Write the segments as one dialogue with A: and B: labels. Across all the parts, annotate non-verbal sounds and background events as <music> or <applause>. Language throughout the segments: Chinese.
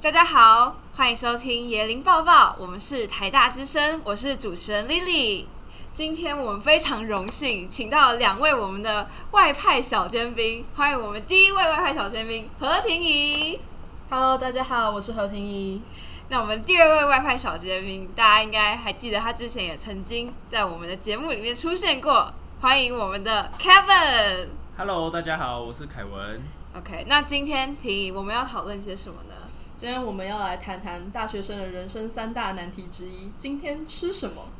A: 大家好，欢迎收听野林抱抱，我们是台大之声，我是主持人 Lily。今天我们非常荣幸，请到两位我们的外派小尖兵，欢迎我们第一位外派小尖兵何婷怡。
B: Hello，大家好，我是何婷怡。
A: 那我们第二位外派小尖兵，大家应该还记得他之前也曾经在我们的节目里面出现过，欢迎我们的 Kevin。
C: Hello，大家好，我是凯文。
A: OK，那今天婷怡我们要讨论些什么呢？
B: 今天我们要来谈谈大学生的人生三大难题之一：今天吃什么？ <laughs>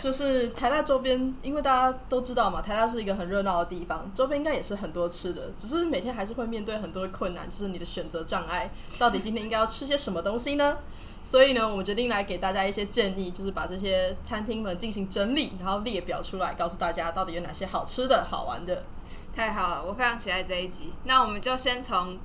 B: 就是台大周边，因为大家都知道嘛，台大是一个很热闹的地方，周边应该也是很多吃的，只是每天还是会面对很多的困难，就是你的选择障碍，到底今天应该要吃些什么东西呢？所以呢，我们决定来给大家一些建议，就是把这些餐厅们进行整理，然后列表出来，告诉大家到底有哪些好吃的、好玩的。
A: 太好了，我非常期待这一集。那我们就先从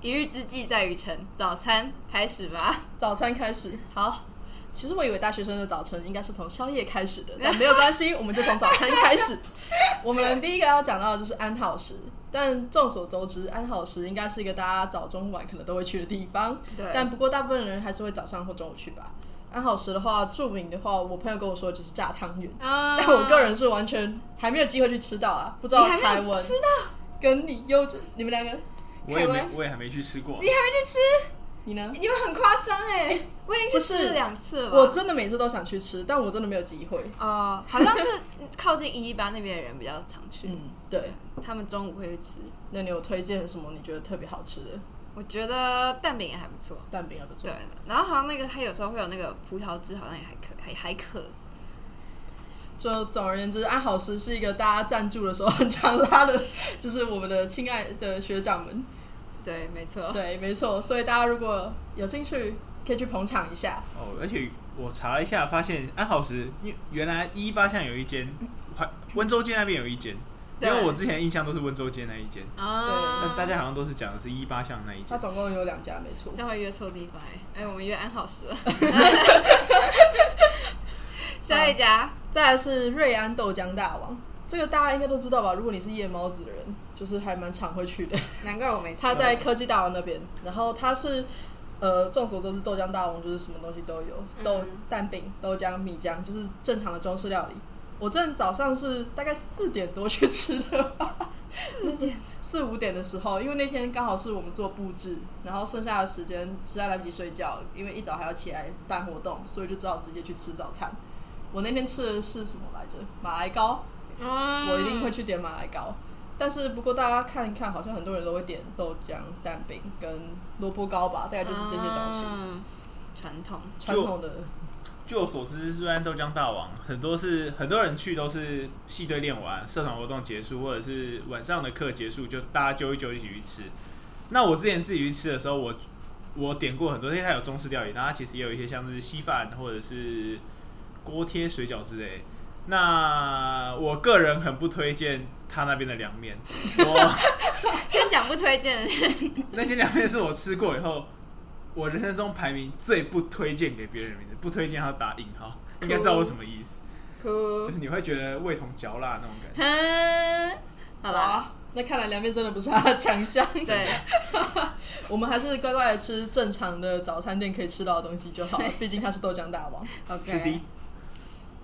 A: 一日之计在于晨早餐开始吧。
B: 早餐开始，好。其实我以为大学生的早晨应该是从宵夜开始的，但没有
A: <laughs>
B: 关系，我们就从早餐开始。我们第一个要讲到的就是安好食，但众所周知，安好食应该是一个大家早中晚可能都会去的地方。
A: 对
B: 但不过大部分人还是会早上或中午去吧。安好食的话，著名的话，我朋友跟我说就是炸汤圆，
A: 啊
B: 但我个人是完全还没有机会去吃到啊，不知道
A: 你还
B: 台
A: 没有
B: 湾
A: 吃到，
B: 跟你优质，你们两个，
C: 我
A: 凯
C: 也没
A: 文，
C: 我也还没去吃过
A: 你。还没去吃，
B: 你呢？
A: 你们啊很夸张
B: <laughs>
A: 哎！我已经去
B: 不是
A: 吃了两次了吧。
B: 我真的每次都想去吃，但我真的没有机会。
A: 哦、好像是靠近一一八那边的人比较常去，
B: 嗯，对。
A: 他们中午会去吃。
B: 那你有推荐什么你觉得特别好吃的
A: 我觉得蛋饼也还不错，
B: 蛋饼还不错
A: 对。。然后好像那个它有时候会有那个葡萄汁，好像也还可还还可。
B: 就总而言之，安好食是一个大家赞助的时候很常拉的， <laughs> 就是我们的亲爱的学长们。
A: 对，没错。
B: 对，没错。所以大家如果有兴趣，可以去捧场一下。
C: 哦，而且我查了一下，发现安好时，因为原来一八巷有一间，还温州街那边有一间，因
A: 对
C: 为我之前的印象都是温州街那一间，
A: 啊
C: 但大家好像都是讲的是一八巷那一间。
B: 它总共有两家，没错
A: 这。样会约错地方哎、哎、我们约安好 <laughs> 时了。下一家，
B: 再来是瑞安豆浆大王，这个大家应该都知道吧？如果你是夜猫子的人，就是还蛮常会去的。
A: 难怪我没吃。
B: 他在科技大王那边，然后他是呃，众所周知，豆浆大王就是什么东西都有，豆
A: 嗯
B: 蛋饼、豆浆、米浆，就是正常的中式料理。我正早上是大概四点多去吃的吧，
A: 四点，
B: <laughs> 四五点的时候，因为那天刚好是我们做布置，然后剩下的时间实在来不及睡觉，因为一早还要起来办活动，所以就只好直接去吃早餐。我那天吃的是什么来着？马来糕，
A: 嗯
B: 我一定会。去点马来糕。但是不过大家看一看，好像很多人都会点豆浆、蛋饼跟萝卜糕吧，大概就是这些东西。
A: 嗯传统，
B: 传统的
C: 据我所知，虽然豆浆大王很多是很多人去都是系队练完，社团活动结束，或者是晚上的课结束，就大家揪一揪一起去吃。那我之前自己去吃的时候，我我点过很多，因为它有中式料理，然后它其实也有一些像是稀饭或者是锅贴、水饺之类。那我个人很不推荐他那边的凉面，我。 <laughs>
A: 先讲不推 <laughs> 荐，
C: 那间凉面是我吃过以后，我人生中排名最不推荐给别人的名字，不推荐要打引号，应该知道我什么意思，
A: 哭
C: 就。是你会觉得味同嚼蜡那种感觉。
A: 哼，好啊啦，
B: 哇那看来凉面真的不是他的强
A: <laughs>
B: 项。
A: 对，
B: 我们还是乖乖的吃正常的早餐店可以吃到的东西
A: <laughs>
B: 就好了，毕竟他是豆浆大王。
C: 是的
A: OK，，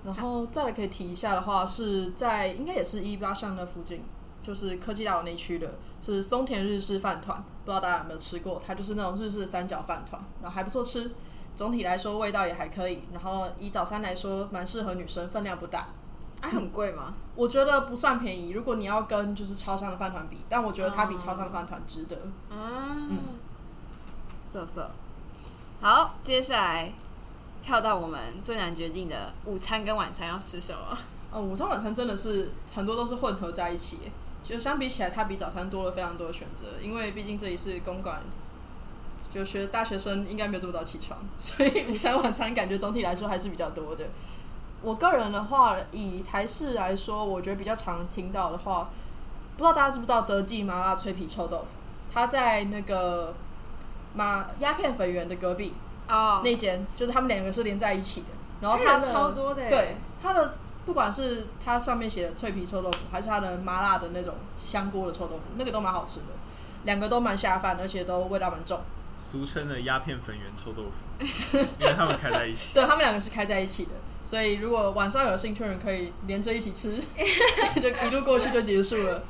B: 然后再来可以提一下的话，是在应该也是一八巷那附近，就是科技大楼那一区的，是松田日式饭团，不知道大家有没有吃过？它就是那种日式三角饭团，然后还不错吃，总体来说味道也还可以。然后以早餐来说，蛮适合女生，分量不大。
A: 啊，很贵吗？
B: 我觉得不算便宜，如果你要跟就是超商的饭团比，但我觉得它比超商的饭团值得。
A: 嗯，色色。好，接下来跳到我们最难决定的午餐跟晚餐要吃什么？
B: 哦，午餐晚餐真的是很多都是混合在一起耶，就相比起来，它比早餐多了非常多的选择，因为毕竟这里是公馆，就学大学生应该没有这么早起床， <laughs> 所以午餐晚餐感觉总体来说还是比较多的。我个人的话，以台式来说，我觉得比较常听到的话，不知道大家知不知道德记麻辣脆皮臭豆腐，它在那个麻鸦片粉圆的隔壁，
A: 哦
B: 那间，就是他们两个是连在一起的。然后
A: 那
B: 它
A: 人
B: 的
A: 超多的耶欸
B: 对它的不管是它上面写的脆皮臭豆腐，还是它的麻辣的那种香锅的臭豆腐，那个都蛮好吃的，两个都蛮下饭，而且都味道蛮重。
C: 俗称的鸦片粉圆臭豆腐，因为他们开在一起。
B: 对他们两个是开在一起的，所以如果晚上有兴趣的人可以连着一
A: <laughs>
B: 起吃，就一路过去就结束了。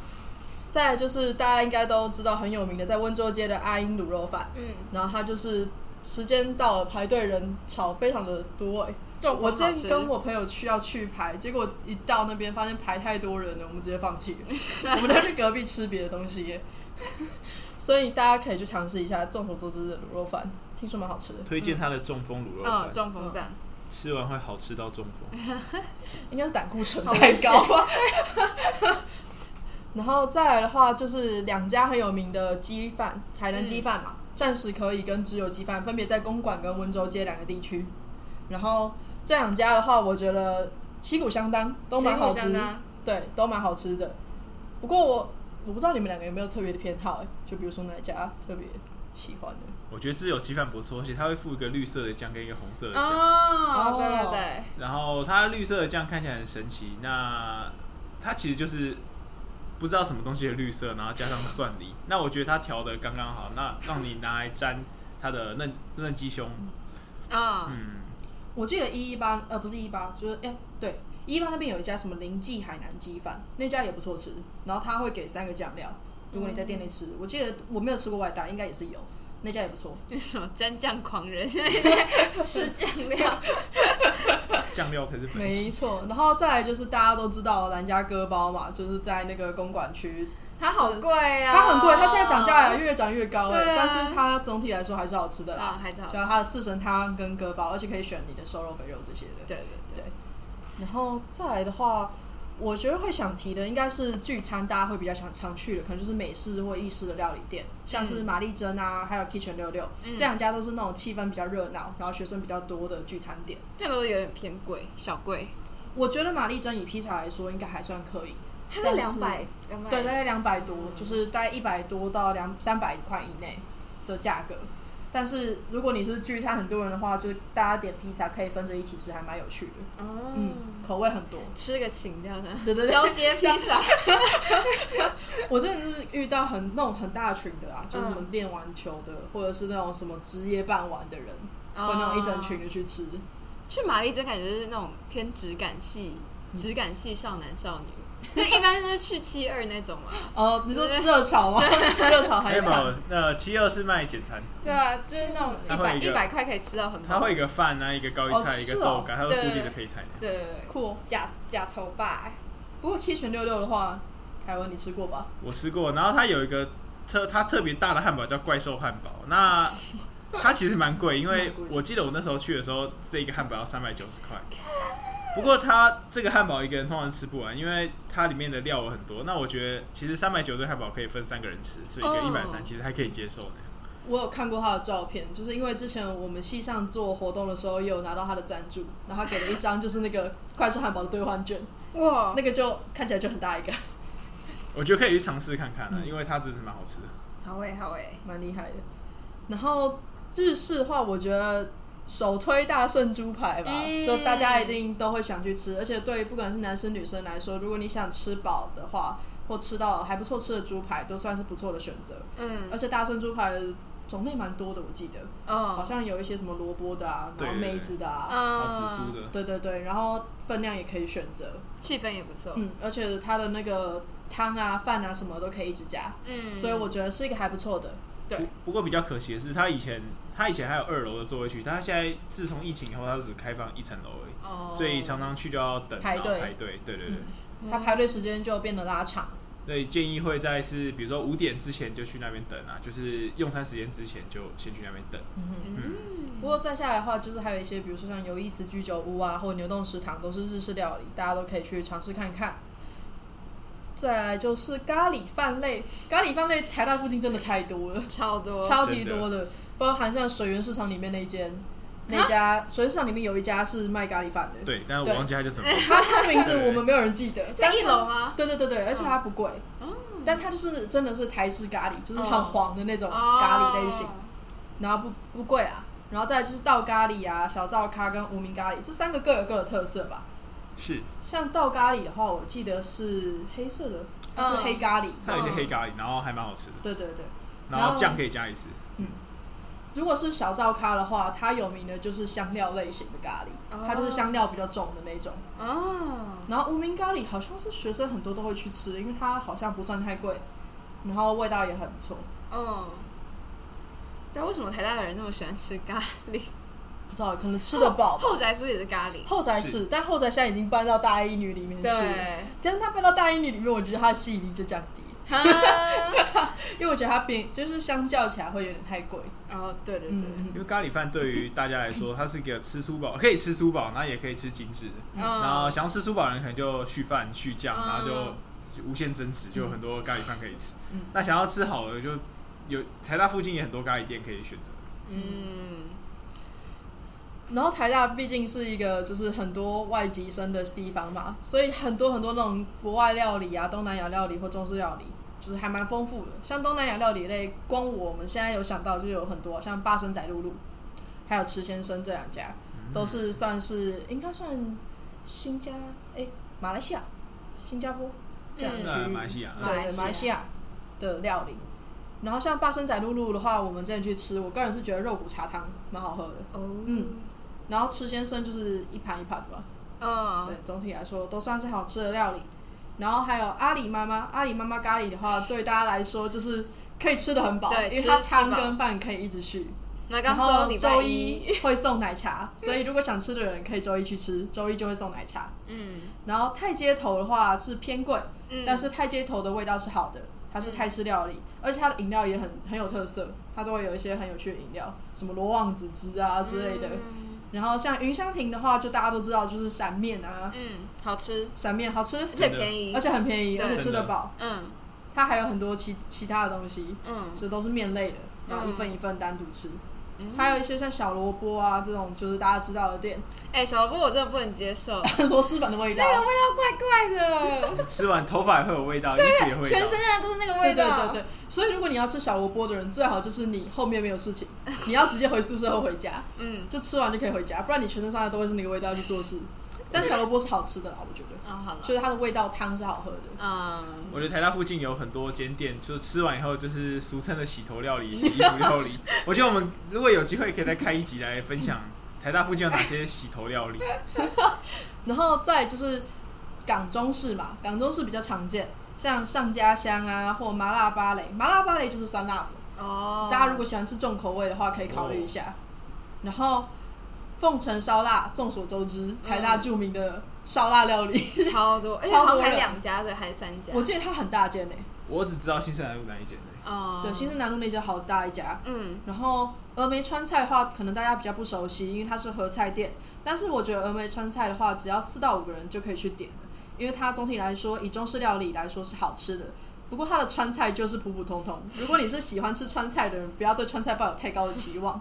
B: 再来就是大家应该都知道很有名的，在温州街的阿英卤肉饭，
A: 嗯，
B: 然后它就是时间到了排队人潮非常的多、欸，
A: 这种
B: 我之
A: 吃
B: 前跟我朋友去要去排，结果一到那边发现排太多人了，我们直接
A: <laughs>
B: 放弃了，我们就去隔壁吃别的东西耶。欸所以大家可以去尝试一下众所周知的卤肉饭，听说蛮好吃的，
C: 推荐他的中风卤肉饭
A: 嗯，，中风站，
C: 吃完会好吃到中风。
B: 应该是胆固醇
A: 好
B: 太
A: 危险
B: 高吧。 <laughs> 然后再来的话，就是两家很有名的鸡饭，海南鸡饭
A: 嗯
B: 嘛，暂时可以跟只有鸡饭分别在公馆跟温州街两个地区。然后这两家的话，我觉得旗鼓相当，都蛮好
A: 旗鼓相
B: 吃
A: 当，
B: 对，都蛮好吃的。不过我我不知道你们两个有没有特别的偏好、欸，就比如说哪一家特别喜欢的。
C: 我觉得自由鸡饭不错，而且它会附一个绿色的酱跟一个红色的酱，
A: 哦
B: 哦，
A: 对对对，
C: 然后它绿色的酱看起来很神奇，那它其实就是不知道什么东西的绿色，然后加上蒜泥。那我觉得它调的刚刚好，那让你拿来沾它的嫩嫩鸡胸，
A: 啊，
C: 嗯，
B: 我记得一一八，呃，不是一八，就是哎、对，一八那边有一家什么林记海南鸡饭，那家也不错吃。然后他会给三个酱料，如果你在店内
A: 嗯
B: 吃，我记得我没有吃过外带，应该也是有，那家也不错。
A: 那什么蘸酱狂人，现在在吃酱
B: <laughs>
A: 料，
C: 酱料才是本
B: 没
C: 钱。
B: 错， <laughs> 然后再来就是大家都知道兰家割包嘛，就是在那个公馆区，
A: 它好贵啊，
B: 它很贵，它现在涨价越涨越高哎、
A: 对啊
B: 但是它总体来说还是好吃的啦，
A: 啊，还是好吃
B: 就，它的四神汤跟割包，而且可以选你的瘦肉、肥肉这些的。
A: 对对对，
B: 然后再来的话，我觉得会想提的应该是聚餐，大家会比较想常去的，可能就是美式或意式的料理店，像是玛丽珍啊，还有 Kitchen 六六、
A: 嗯
B: 这两家都是那种气氛比较热闹，然后学生比较多的聚餐店。
A: 但都有点偏贵，小贵，
B: 我觉得玛丽珍以披萨来说，应该还算可以，
A: 它
B: 但
A: 是
B: 是
A: 两百，两百，
B: 对，大概两百多，就是大概一百多到两三百块以内的价格。但是如果你是聚餐很多人的话，就是大家点披萨可以分着一起吃，还蛮有趣的。
A: 哦
B: 嗯，，口味很多。
A: 吃个情调呢，
B: 对对对，
A: 交接啊披
B: <laughs>
A: 萨，
B: 我真的是遇到很那种很大群的啊，就是什
A: 嗯
B: 么练完球的，或者是那种什么职业傍晚的人，或那种一整群
A: 哦。
B: 的去吃。
A: 去玛丽真感觉是那种偏质感系，质感系少男少
C: <laughs>
A: 女，那一般是去七二那种嘛，
B: 哦，你说热炒
A: <laughs>
B: 吗？热炒
C: 还
B: 还
C: 有没
B: 炒
C: 有？那七二是卖简餐，
A: 对啊，就是那种一
C: 它会
A: 百
C: 有一
A: 一
C: 个
A: 百块可以吃到很多，
C: 它会有一个饭啊，一个高丽菜，
B: 哦
C: 一
B: 是
C: 个
B: 哦
C: 豆干，它会固定的配菜。
A: 对对对
B: 酷哦。
A: 假假丑霸，欸
B: 不过 K 群六六的话，凯文你吃过吧？
C: 我吃过，然后它有一个特它特别大的汉堡叫怪兽汉堡，
B: <laughs>
C: 那它其实蛮贵，因为
B: 蛮贵的
C: 我记得我那时候去的时候，这一个汉堡要三百九十块。不过它这个汉堡一个人通常吃不完，因为它里面的料有很多。那我觉得其实三百九这汉堡可以分三个人吃，所以一个一
A: 哦
C: 百三其实还可以接受的。
B: 我有看过他的照片，就是因为之前我们系上做活动的时候，也有拿到他的赞助，然后他给了一张就是那个快速汉堡的兑换券，
A: 哇，
B: 那个就看起来就很大一个，
C: 我觉得可以去尝试看看啊，
B: 嗯
C: 因为它真的蛮好吃的。
A: 好
B: 欸
A: 诶好诶，
B: 蛮厉害的。然后日式的话，我觉得首推大圣猪排吧，
A: 嗯
B: 就大家一定都会想去吃，而且对不管是男生女生来说，如果你想吃饱的话，或吃到还不错吃的猪排，都算是不错的选择。
A: 嗯
B: 而且大圣猪排种类蛮多的，我记得好
A: 哦，
B: 像有一些什么萝卜的啊，然后
C: 对对
B: 梅子的啊，
C: 好紫
A: 嗯
C: 苏，的，
B: 对对对，然后分量也可以选择，
A: 气氛也不错，
B: 嗯，而且它的那个汤啊、饭啊什么都可以一直加，
A: 嗯，
B: 所以我觉得是一个还不错的。
A: 对
C: 不不过比较可惜的是，它以前它以前还有二楼的座位区，但它现在自从疫情以后，它只开放一层楼而已。
A: 哦，
C: 所以常常去就要等
B: 排队
C: 然后排队，对对对。
A: 嗯
B: 它排队时间就变得拉长。
C: 所以建议会在是，比如说五点之前就去那边等啊，就是用餐时间之前就先去那边等。
A: 嗯，
B: 不过再下来的话，就是还有一些，比如说像有意思居酒屋啊，或牛洞食堂，都是日式料理，大家都可以去尝试看看。再来就是咖喱饭类，咖喱饭类台大附近真的太多了，
A: 超多，
B: 超级多的，包含像水源市场里面那一间，那家水源市场里面有一家是卖咖喱饭的，
C: 对，但是我忘记它叫什么，
B: 它它名字
C: 对
B: 我们没有人记得，但
A: 在一楼吗？
B: 对对对对，而且它不贵，
A: 哦
B: 但它就是真的是台式咖喱，就是很
A: 哦
B: 黄的那种咖喱类型。然后不不贵啊，然后再来就是倒咖喱啊、小灶咖跟无名咖喱，这三个各有各的特色吧。
C: 是
B: 像倒咖喱的话，我记得是黑色的，它是
A: 嗯
B: 黑咖喱。哦
C: 它有一些黑咖喱，然后还蛮好吃的，
B: 对对对，
C: 然后酱可以加一次。
B: 如果是小灶咖的话，它有名的就是香料类型的咖
A: 哦
B: 喱，它就是香料比较重的那种。
A: 哦，
B: 然后无名咖喱好像是学生很多都会去吃，因为它好像不算太贵，然后味道也很不错。
A: 嗯，对，为什么台大的人那么喜欢吃咖喱？
B: 不知道可能吃得饱吧。
A: 后宅猪也是咖喱，
B: 后宅是，但后宅现在已经搬到大一女里面去了。
A: 对，
B: 但是它搬到大一女里面，我觉得它的吸引力就降低，
A: 哈，
B: <laughs> 因为我觉得它变就是相较起来会有点太贵。
A: 哦，对对对，
B: 嗯
C: 因，为咖喱饭对于大家来说，它是一个吃粗饱，可以吃粗饱，然后也可以吃精致的。
A: 嗯，
C: 然后想要吃粗饱的人，可能就续饭续酱，
A: 嗯
C: 然后就就无限增值，就有很多咖喱饭可以吃
B: 嗯。
C: 那想要吃好的，就有台大附近也很多咖喱店可以选择。
A: 嗯，
B: 然后台大毕竟是一个就是很多外籍生的地方嘛，所以很多很多那种国外料理啊、东南亚料理或中式料理，就是还蛮丰富的。像东南亚料理类，光我们现在有想到就有很多，像八神仔露露，还有池先生这两家，都是算是应该算新加哎马来西亚、新加坡这样的
A: 嗯
B: 区
C: 那
B: 域，
C: 马来西亚，
A: 马来
B: 对
A: 西亚
B: 马来西亚的料理。然后像八神仔露露的话，我们之前去吃，我个人是觉得肉骨茶汤蛮好喝的。
A: 哦，
B: 嗯，然后吃先生就是一盘一盘吧，对
A: 嗯，，
B: 总体来说都算是好吃的料理。然后还有阿里妈妈，阿里妈妈咖喱的话，对大家来说就是可以吃的很饱，
A: 对
B: 因为
A: 吃
B: 它
A: 吃
B: 汤
A: 饱
B: 跟饭可以一直续。
A: 那
B: 然
A: 刚
B: 后
A: 说礼拜
B: 周，会送奶茶，所以如果想吃的人可以周一去吃，周一就会送奶茶。
A: 嗯
B: 然后太街头的话是偏贵，
A: 嗯，
B: 但是太街头的味道是好的，它是泰式料理，而且它的饮料也很很有特色，它都会有一些很有趣的饮料，什么罗旺子汁啊之类
A: 嗯
B: 的。然后像云香亭的话，就大家都知道，就是闪面啊，
A: 嗯，好吃，
B: 闪面好吃，
A: 而且便宜
B: 而，且很便宜，
A: 嗯对
B: 而且吃得饱。
A: 嗯
B: 它还有很多其其他的东西，
A: 嗯，
B: 所以都是面类的，然后
A: 嗯
B: 一份一份单独吃。还有一些像小萝卜啊这种，就是大家知道的店， <laughs>
A: 哎，小萝卜我真的不能接受，
B: 螺蛳粉的味道。
A: <laughs> 那个味道怪怪的，
C: 吃完头发也会有味
A: <laughs>
C: 道，衣服也会有味道
A: 嗯啊全身上都是那个
B: 对
A: 味
B: 对
A: 道，
B: 对对，所以如果你要吃小萝卜的人，最好就是你后面没有
A: <laughs>
B: 事情，你要直接回宿舍或回家，
A: 嗯，
B: 就吃完就可以回家，不然你全身上下都会是那个味道去做事。但小萝卜是好吃的啦，我觉得，
A: 啊好了，
B: 就是它的味道汤是好喝的。
A: 嗯，
C: 我觉得台大附近有很多间店，就吃完以后就是俗称的洗头料
A: <laughs>
C: 理、洗衣服料理。我觉得我们如果有机会，可以再开一集来分享台大附近有哪些洗头料理。
B: 然后再就是港中式嘛，港中式比较常见，像上家乡啊或麻辣芭蕾，麻辣芭蕾就是酸辣粉，
A: 哦，
B: 大家如果喜欢吃重口味的话，可以考虑一下。然后凤城烧腊，众所周
A: 嗯
B: 知，台大著名的烧腊料理，
A: <laughs> 超多，而且
B: 超
A: 好
B: 多
A: 像还
B: 人
A: 两家对，还是三家，
B: 我记得它很大间呢、
C: 我只知道新生南路那一间而
A: 哦，
B: 对，新生南路那家好大一家。
A: 嗯
B: 然后峨眉川菜的话，可能大家比较不熟悉，因为它是合菜店。但是我觉得峨眉川菜的话，只要四到五个人就可以去点了，因为它总体来说以中式料理来说是好吃的。不过它的川菜就是普普通通。如果你是喜欢吃川菜的人，不要对川菜抱有太高的期望。
C: 已。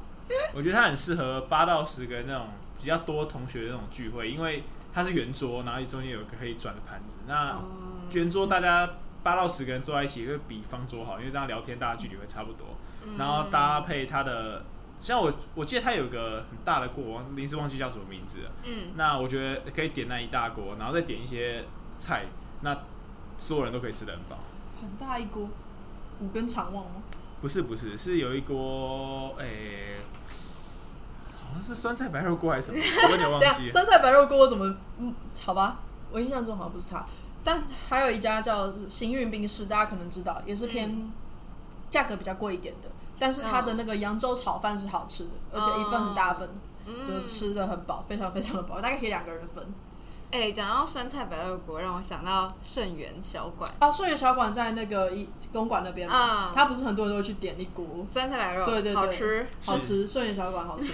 C: 我觉得它很适合八到十个那种比较多同学的那种聚会，因为它是圆桌，然后中间有个可以转的盘子。那
A: 哦
C: 圆桌大家八到十个人坐在一起会比方桌好，因为这样聊天大家距离会差不多。
A: 嗯
C: 然后搭配它的，像我我记得它有个很大的锅，我忘临时忘记叫什么名字了。
A: 嗯，
C: 那我觉得可以点那一大锅，然后再点一些菜，那所有人都可以吃得很饱。
B: 很大一锅，五根肠旺吗？
C: 不是不是，是有一锅诶、好像是酸菜白肉锅还是什么，
B: <laughs>
C: 我有点忘
B: 对啊
C: 记，了。
B: 酸菜白肉锅我怎么？嗯，好吧，我印象中好像不是它。但还有一家叫行运冰室，大家可能知道，也是偏价格比较贵一点的，但是它的那个扬州炒饭是好吃的，而且一份很大份，
A: 嗯
B: 就是吃的很饱，非常非常的饱，大概可以两个人分。
A: 哎，讲到酸菜白肉锅，让我想到盛源小馆
B: 哦，顺源小馆在那个一公馆那边嘛
A: 嗯，
B: 它不是很多人都会去点一锅，
A: 酸菜白肉，
B: 对对对
A: 好吃，
B: 好吃，顺源小馆好吃。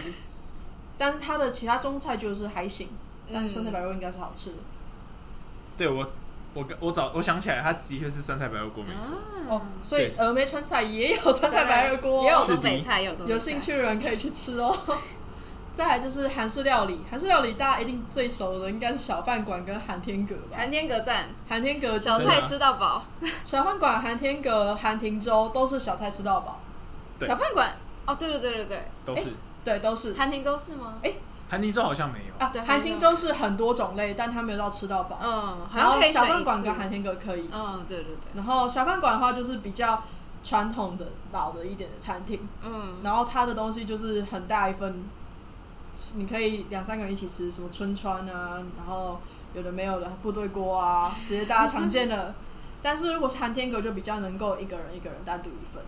B: 但是它的其他中菜就是还行，但是酸菜白肉应该是好吃的。
C: 对我我我找我想起来，它的确是酸菜白肉锅没错。
B: 哦
A: 哦，，
B: 所以
C: 对
B: 峨眉川菜也有酸菜白肉锅，哦
A: <laughs> 也有
C: 是
A: 东北菜，也有东北菜
B: 有兴，趣的人可以去
A: <laughs>
B: 吃哦。再来就是韩式料理，韩式料理大家一定最熟的应该是小饭馆跟寒天阁吧
A: 寒。天阁赞，
B: 寒天阁就
A: 小
B: 是
A: 菜吃到饱，
B: 小饭馆、寒天阁、寒亭粥都是小菜吃到饱，
C: 对
A: 小饭馆，哦，对对对对
C: 都是
B: 对，都是
A: 对，。餐厅都是吗？
C: 韩泥粥好像没有，
B: 啊
A: 对，
B: 寒星粥是很多种类，但它没有到吃到饱。
A: 嗯，好
B: 然
A: 像
B: 后
A: 可以选
B: 小
A: 一次
B: 饭馆跟寒，天阁可以。
A: 嗯，对对对，
B: 然后小饭馆的话就是比较传统的老的一点的餐厅，
A: 嗯，
B: 然后它的东西就是很大一份，你可以两三个人一起吃，什么春川啊，然后有的没有的部队锅啊，直接大家常见的。但是如果是寒天阁，就比较能够一个人一个人单独一份。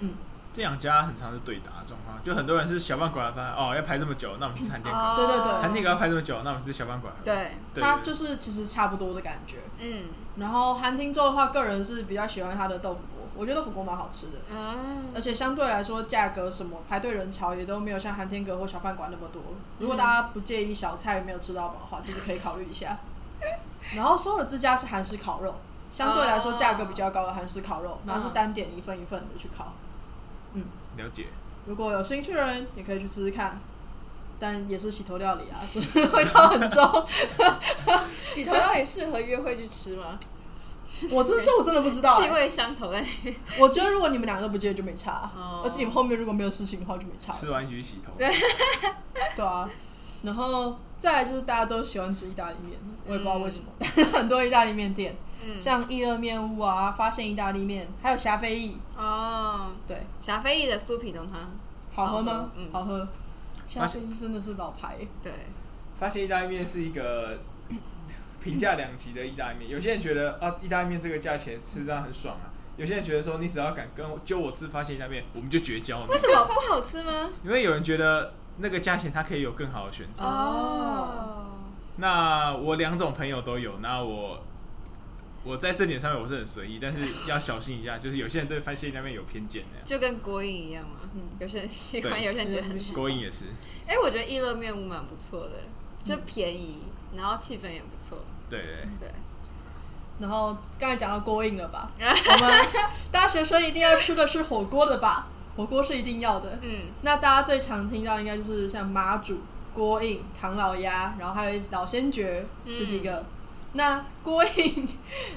A: 嗯，
C: 这两家很常是对打的状况，就很多人是小饭馆饭哦，要排这么久，那我们去餐厅好了；
B: 对对对
C: 餐厅要排这么久，那我们去小饭馆好
A: 嗯
C: 了。
A: 哦对，
C: 对
B: 哦它
C: 对
B: 就是其实差不多的感觉。
A: 嗯
B: 然后寒汀粥的话，个人是比较喜欢它的豆腐锅，我觉得豆腐锅蛮好吃的，
A: 嗯
B: 而且相对来说价格什么排队人潮也都没有像寒天阁或小饭馆那么多。如果大家不介意小菜没有吃到饱的话，其实可以考虑一下。 <laughs> 然后首尔之家是韩式烤肉，相对来说
A: 哦
B: 价格比较高的韩式烤肉，然后是
A: 嗯
B: 单点一份一份的去烤。
C: 了解。
B: 如果有兴趣的人也可以去吃吃看，但也是洗头料理啊， <laughs> 就是味道很重。
A: 洗头料理适合约会去吃吗？
B: 我这这我真的不知道、欸
A: 气味相投的，
B: 我觉得如果你们两个都不介意就没差，
A: 哦
B: 而且你们后面如果没有事情的话就没差。
C: 吃完一起去洗头。
A: 对
B: 对啊，然后再来就是大家都喜欢吃意大利面，我也不知道为什么， <laughs> 但是很多意大利面店，
A: 嗯，
B: 像意热面屋啊、发现意大利面，还有霞飞意，
A: 哦，
B: 对，
A: 霞飞意的酥皮浓汤，
B: 好喝吗？
A: 好
B: 好喝。霞飞意真的是老牌，
A: 对，
C: 发现意大利面是一个 <coughs> 评价两极的意大利面，有些人觉得啊，意大利面这个价钱吃这样很爽啊。有些人觉得说，你只要敢跟我揪我吃发现意大利面，我们就绝交了。
A: 为什么不好吃吗？
C: 因为有人觉得那个价钱它可以有更好的选择。
A: 哦
B: 哦，
C: 那我两种朋友都有，那我我在这点上面我是很随意，但是要小心一
B: <laughs>
C: 下，就是有些人对番茄那边有偏见的，
A: 就跟国营一样嘛，
B: 嗯
A: 有些人喜欢，
C: 对
A: 有些人觉得很
B: 有些人不喜
A: 喜
B: 欢
A: 欢。
C: 勾引也是，
A: 哎、我觉得意乐面屋蛮不错的，就便宜，然后气氛也不错，
C: 对对
A: 对，
B: 然后刚才讲到锅印了吧，我们大学生一定要吃的是火锅的吧？火锅是一定要的。
A: 嗯，
B: 那大家最常听到应该就是像妈祖、锅印、唐老鸭，然后还有老先觉
A: 嗯
B: 这几个。那锅印，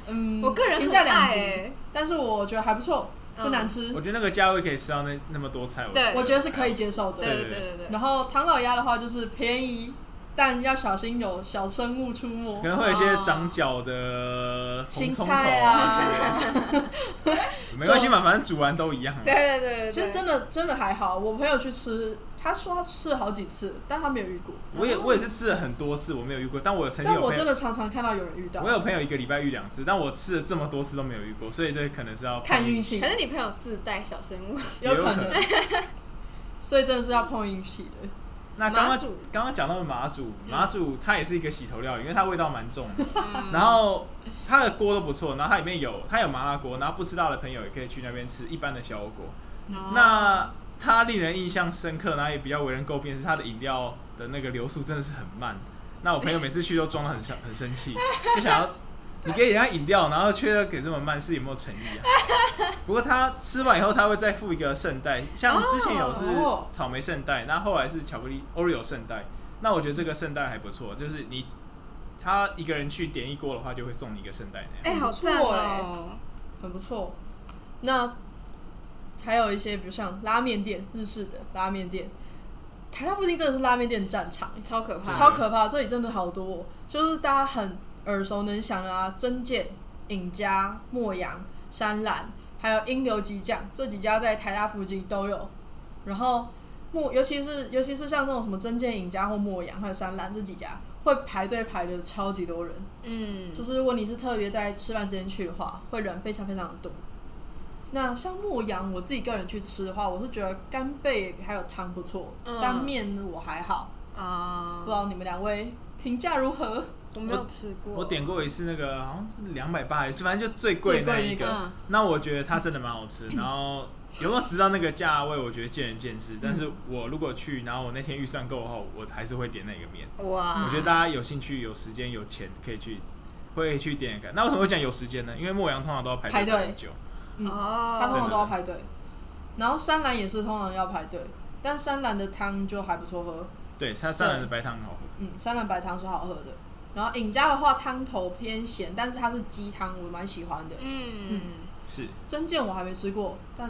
B: 嗯，
A: 我个人
B: 评
A: 很
B: 价两
A: 爱、
B: 极，
A: 欸，
B: 但是我觉得还不错，
A: 嗯
B: 不难吃，
C: 我觉得那个价位可以吃到那那么多菜，
A: 对
B: 我觉得是可以接受的。
A: 对
C: 对
A: 对对对对，
B: 然后唐老鸭的话就是便宜，但要小心有小生物出没
C: 可。能会有一些长角的红葱
B: 青
C: 头啊
B: 菜啊
A: <laughs>
C: 之类的，没关系嘛，反正煮完都一样嘛。啊
A: 对对对对，
B: 其实真的真的还好，我朋友去吃，他说他吃了好几次，但他没有遇过。
C: 我也我也是吃了很多次，我没有遇过，但我曾经
B: 但
C: 有
B: 我
C: 朋
B: 真
C: 友，
B: 的啊常常看到有人遇到
C: 我，有朋友一个礼拜遇两次，但我吃了这么多次都没有遇过，所以这可能是要
B: 看运，气
A: 可，是你朋友自带小生物，
B: 有
C: 也有
B: 可
C: 可
B: 能。 <laughs> 所以真的是要碰运气的。
C: 那
A: 麻
C: 刚刚
A: 薯
C: 刚刚讲到的麻煮，
B: 嗯
C: 麻煮它也是一个洗头料理，因为它味道蛮
B: <laughs>
C: 重的，
A: 嗯
C: 然后它的锅都不错，然后它里面有它有麻辣锅，然后不吃辣的朋友也可以去那边吃一般的小火锅。
A: 哦
C: 那它令人印象深刻，然后也比较为人诟病是它的饮料的那个流速真的是很慢。那我朋友每次去都装的很生很生气，就想要你给人家饮料，然后却要给这么慢，是有没有诚意啊？不过他吃完以后，他会再附一个圣代，像之前有是
B: 哦
C: 草莓圣代，那后来是巧克力 Oreo 圣代。那我觉得这个圣代还不错，就是你他一个人去点一锅的话，就会送你一个圣代那样。
A: 哎、好赞
B: 不错
A: 哦、
B: 很不错。那还有一些，比如像拉面店，日式的拉面店，台大附近真的是拉面店战场，
A: 超可怕，
B: 超可怕。这里真的好多哦、就是大家很耳熟能详啊，真见、尹家、莫阳、山兰，还有英流吉酱这几家在台大附近都有。然后莫，尤其是尤其是像那种什么真见、尹家或莫阳还有山兰这几家，会排队排的超级多人。
A: 嗯，
B: 就是如果你是特别在吃饭时间去的话，会人非常非常的多。那像莫阳，我自己个人去吃的话，我是觉得干贝还有汤不错，
A: 嗯
B: 但面我还好。
A: 啊、
B: 不知道你们两位评价如何？
A: 我没有吃过，
C: 我点过一次那个，好像是两百八，反正就最贵的那一
B: 最
C: 个
B: 贵那个。
A: 嗯
C: 那我觉得它真的蛮好
B: <laughs>
C: 吃，然后有没有吃到那个价位，我觉得见仁见
B: 嗯
C: 智。但是我如果去，然后我那天预算够的话，我还是会点那个面。
B: 啊
A: 哇，
C: 我觉得大家有兴趣、有时间、有钱可以去，会去点一个。那为什么会讲有时间呢？因为莫阳通常都要排
B: 排队
C: 队很久。
B: 嗯
A: 哦，
B: 它通常都要排队，然后山兰也是通常要排队，但山兰的汤就还不错喝，
C: 对，它上来的白糖好喝。
B: 嗯，山兰白汤是好喝的。然后尹家的话，汤头偏咸，但是它是鸡汤，我蛮喜欢的。
A: 嗯，
C: 是，
B: 真见我还没吃过，但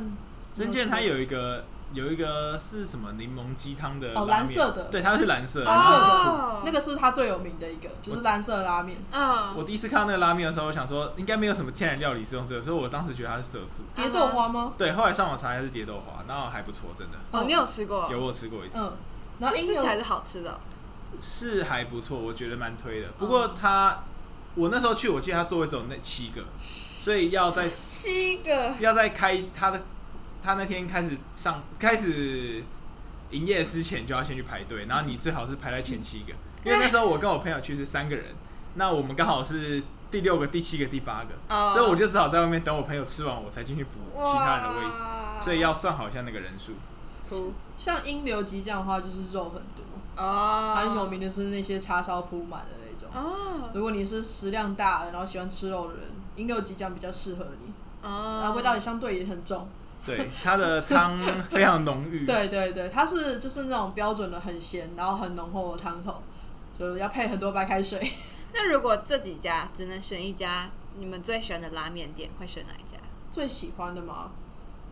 C: 真健它有一个有一个是什么柠檬鸡汤的
B: 哦
C: 拉
B: 蓝
C: 面
B: 色的
C: 对，它是蓝色的，
B: 蓝色的
A: 哦
B: 那个是它最有名的一个，就是蓝色拉面。
A: 嗯，
C: 我第一次看到那个拉面的时候，我想说应该没有什么天然料理是用这个，所以我当时觉得它是色素。
B: 蝶豆花吗？
C: 对，后来上网查它是蝶豆花，然后还不错，真的
A: 哦，你有吃过？
C: 有我吃过一次，
B: 嗯，然后
A: 这
B: 因
A: 吃起来
B: 为
A: 是好吃的。哦
C: 是还不错，我觉得蛮推的。不过它，我那时候去，我记得它座位只有那七个，所以要在
A: 七个，
C: 要在开它的它那天开始上开始营业之前就要先去排队，然后你最好是排在前七个，因为那时候我跟我朋友去是三个人，那我们刚好是第六个、第七个、第八个，
A: 哦
C: 所以我就只好在外面等我朋友吃完，我才进去补其他人的位置，
A: 置
C: 所以要算好一下那个人数。
B: 像英流吉酱的话，就是肉很多，
A: 哦，
B: 它有名的是那些叉烧铺满的那种。
A: 哦
B: 如果你是食量大的，然后喜欢吃肉的人，英流吉酱比较适合你，
A: 哦，
B: 然后味道也相对也很重。
C: 对，它的汤非常浓
A: <laughs>
C: 郁，
B: 对对对，它是就是那种标准的很咸，然后很浓厚的汤头，所以要配很多白开水。 <laughs>
A: 那如果这几家只能选一家，你们最喜欢的拉面店会选哪一家？
B: 最喜欢的吗？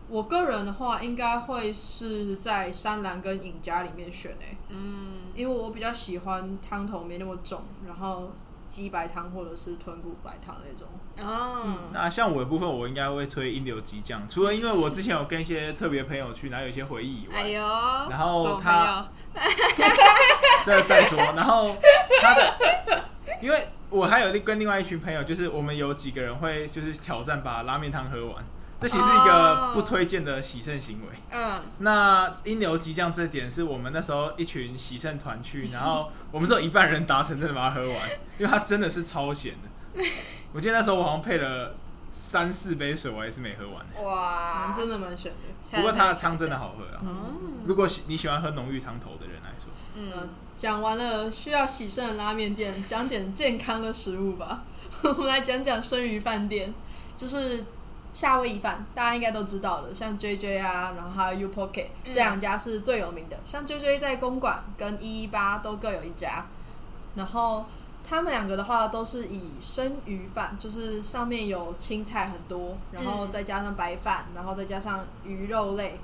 B: 我个人的话，应该会是在山兰跟尹家里面选欸诶、
A: 嗯，
B: 因为我比较喜欢汤头没那么重，然后鸡白汤或者是豚骨白汤那种。
A: 哦，
C: 那像我的部分，我应该会推英流激酱，除了因为我之前有跟一些特别朋友去，然后有一些回忆以外，
A: 哎呦，然
C: 后他这再说。然后他的，因为我还有跟另外一群朋友，就是我们有几个人会就是挑战把拉面汤喝完，这其实是一
A: 哦
C: 个不推荐的洗肾行为。
A: 嗯，
C: 那英流激酱这点是我们那时候一群洗肾团去，然后我们只有一半人达成真的把它喝完，因为它真的是超咸的。我记得那时候我好像配了三四杯水，我还是没喝完。欸
A: 哇
B: 蛮，真的蛮选的。
C: 不过它的汤真的好喝啊！
B: 哦
A: 嗯，
C: 如果喜你喜欢喝浓郁汤头的人来说，
B: 嗯
A: 嗯，，
B: 讲完了需要洗肾的拉面店，讲点健康的食物吧。 <laughs> 我们来讲讲生鱼饭店，就是夏威夷饭，大家应该都知道的，像 JJ 啊，然后还有 U Pocket
A: 嗯
B: 这两家是最有名的。像 JJ 在公馆跟一一八都各有一家，然后他们两个的话都是以生鱼饭，就是上面有青菜很多，然后
A: 嗯
B: 再加上白饭，然后再加上鱼肉类，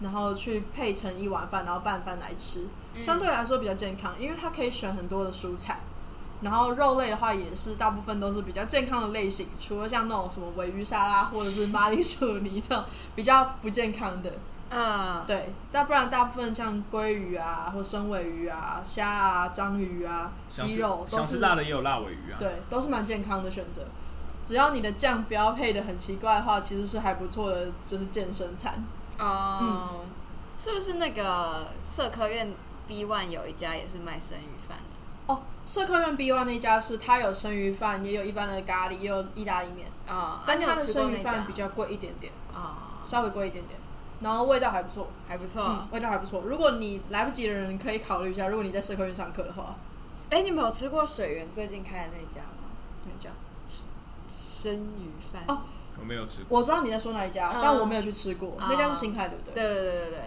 B: 然后去配成一碗饭，然后拌饭来吃，
A: 嗯
B: 相对来说比较健康，因为它可以选很多的蔬菜。然后肉类的话，也是大部分都是比较健康的类型，除了像那种什么尾鱼沙拉或者是马铃薯泥这种 <laughs> 比较不健康的，
A: 嗯，
B: 对。但不然大部分像鲑鱼啊，或生尾鱼啊、虾啊、章鱼啊、
C: 想
B: 鸡
C: 吃
B: 肉都
C: 想
B: 是
C: 吃辣的也有辣尾鱼啊。
B: 对，都是蛮健康的选择。只要你的酱不要配的很奇怪的话，其实是还不错的，就是健身餐。
A: 哦，是不是那个社科院 B One 有一家也是卖生鱼饭的？
B: 哦，社科院 B One 那家是它有生鱼饭，也有一般的咖喱，也有意大利面，
A: 哦，
B: 但
A: 啊
B: 它的
A: 你有吃过
B: 生鱼
A: 那家嗯
B: 饭比较贵一点点，
A: 哦，
B: 稍微贵一点点，然后味道还不错，
A: 还不
B: 嗯
A: 错。，
B: 味道还不错。如果你来不及的人可以考虑一下，如果你在社科院上课的话，
A: 哎，你们有吃过水源最近开的那家吗？
B: 那家
A: 生鱼饭
B: 哦
C: 我没有吃过。
B: 我知道你在说哪一家，
A: 嗯
B: 但我没有去吃过，那家
A: 哦
B: 是新开对不对？
A: 对对对对对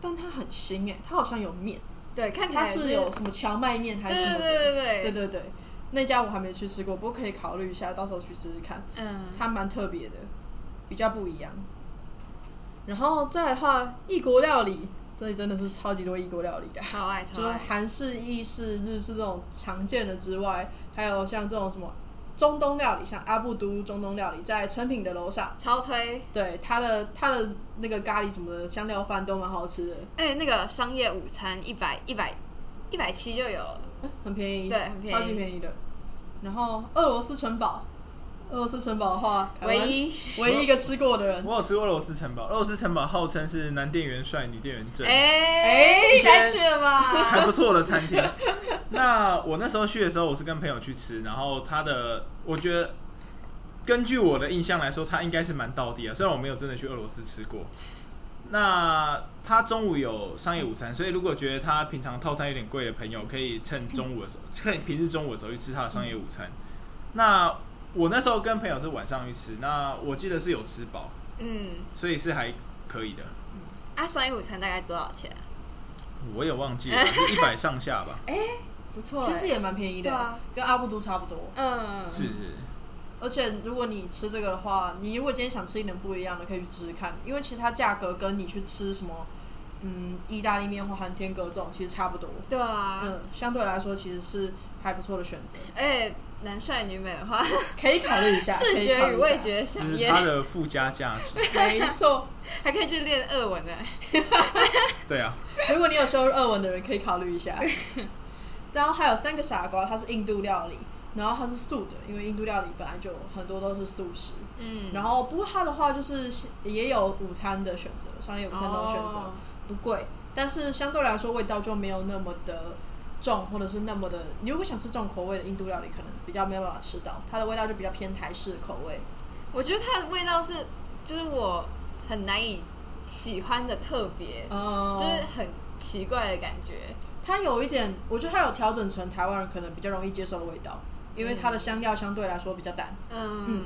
B: 但它很新诶，它好像有面，
A: 对，看起
B: 它
A: 来
B: 是有什么荞麦面还
A: 对
B: 是
A: 对
B: 什么的？
A: 对对
B: 对
A: 对，
B: 对对，那家我还没去吃过，不过可以考虑一下，到时候去试试看，
A: 嗯，
B: 它蛮特别的，比较不一样。然后再来的话，异国料理，这里真的是超级多异国料理的，
A: 超爱啊
B: 除
A: 超
B: 了
A: 爱，
B: 韩式、意式、日式这种常见的之外，还有像这种什么中东料理，像阿布都中东料理，在成品的楼上，
A: 超推。
B: 对它的它的那个咖喱什么的香料饭都蛮好吃的，
A: 哎、那个商业午餐一百一百一百七就有了，
B: 很便宜，
A: 对很便宜
B: 超级便宜的。然后俄罗斯城堡，俄罗斯城堡的话，台湾
A: 唯一
B: 唯一一个吃过的人。
C: 我有吃过俄罗斯城堡，俄罗斯城堡号称是男店员帅，女店员正，
A: 哎
B: 哎
A: 你该去了吧？
C: 还不错的餐厅。那我那时候去的时候，我是跟朋友去吃，然后它的我觉得。根据我的印象来说，它应该是蛮道地的，虽然我没有真的去俄罗斯吃过。那它中午有商业午餐，所以如果觉得它平常套餐有点贵的朋友，可以趁中午的时候，趁平日中午的时候去吃它的商业午餐。那我那时候跟朋友是晚上去吃，那我记得是有吃饱，
A: 嗯，
C: 所以是还可以的。
A: 啊，商业午餐大概多少钱啊？
C: 我也忘记了，是一百上下吧。
A: 不错、哎
B: 其实
A: 也
B: 也蛮便宜的，
A: 对啊
B: 跟阿布都差不多。
A: 嗯
C: 是，
B: 而且如果你吃这个的话，你如果今天想吃一点不一样的，可以去吃吃看，因为其实它价格跟你去吃什么嗯意大利面或韩天阁这种其实差不多。
A: 对啊，
B: 嗯，相对来说其实是还不错的选择，
A: 而且哎男帅女美的话，
B: 可以考虑一
A: <laughs>
B: 下。
A: 视
B: 可以
A: 觉
B: 考虑
A: 与
B: 一下
A: 味，觉
C: 就
A: 相
C: 是
A: 烟
C: 它，的附加价值。
B: 没错。
A: 还可以去练俄文哎呢。
C: 对啊，
B: 如果你有修日文的人，可以考虑一
A: <laughs>
B: 下。然后还有三个傻瓜，它是印度料理，然后它是素的，因为印度料理本来就很多都是素食。
A: 嗯，
B: 然后不过它的话就是也有午餐的选择，商业午餐都有选择，
A: 哦
B: 不贵，但是相对来说味道就没有那么的重，或者是那么的。你如果想吃重口味的印度料理，可能比较没有办法吃到，它的味道就比较偏台式的口味。
A: 我觉得它的味道是，就是我很难以喜欢的特别，
B: 嗯，
A: 就是很奇怪的感觉。
B: 它有一点，我觉得它有调整成台湾人可能比较容易接受的味道，因为它的香料相对来说比较淡。
A: 嗯，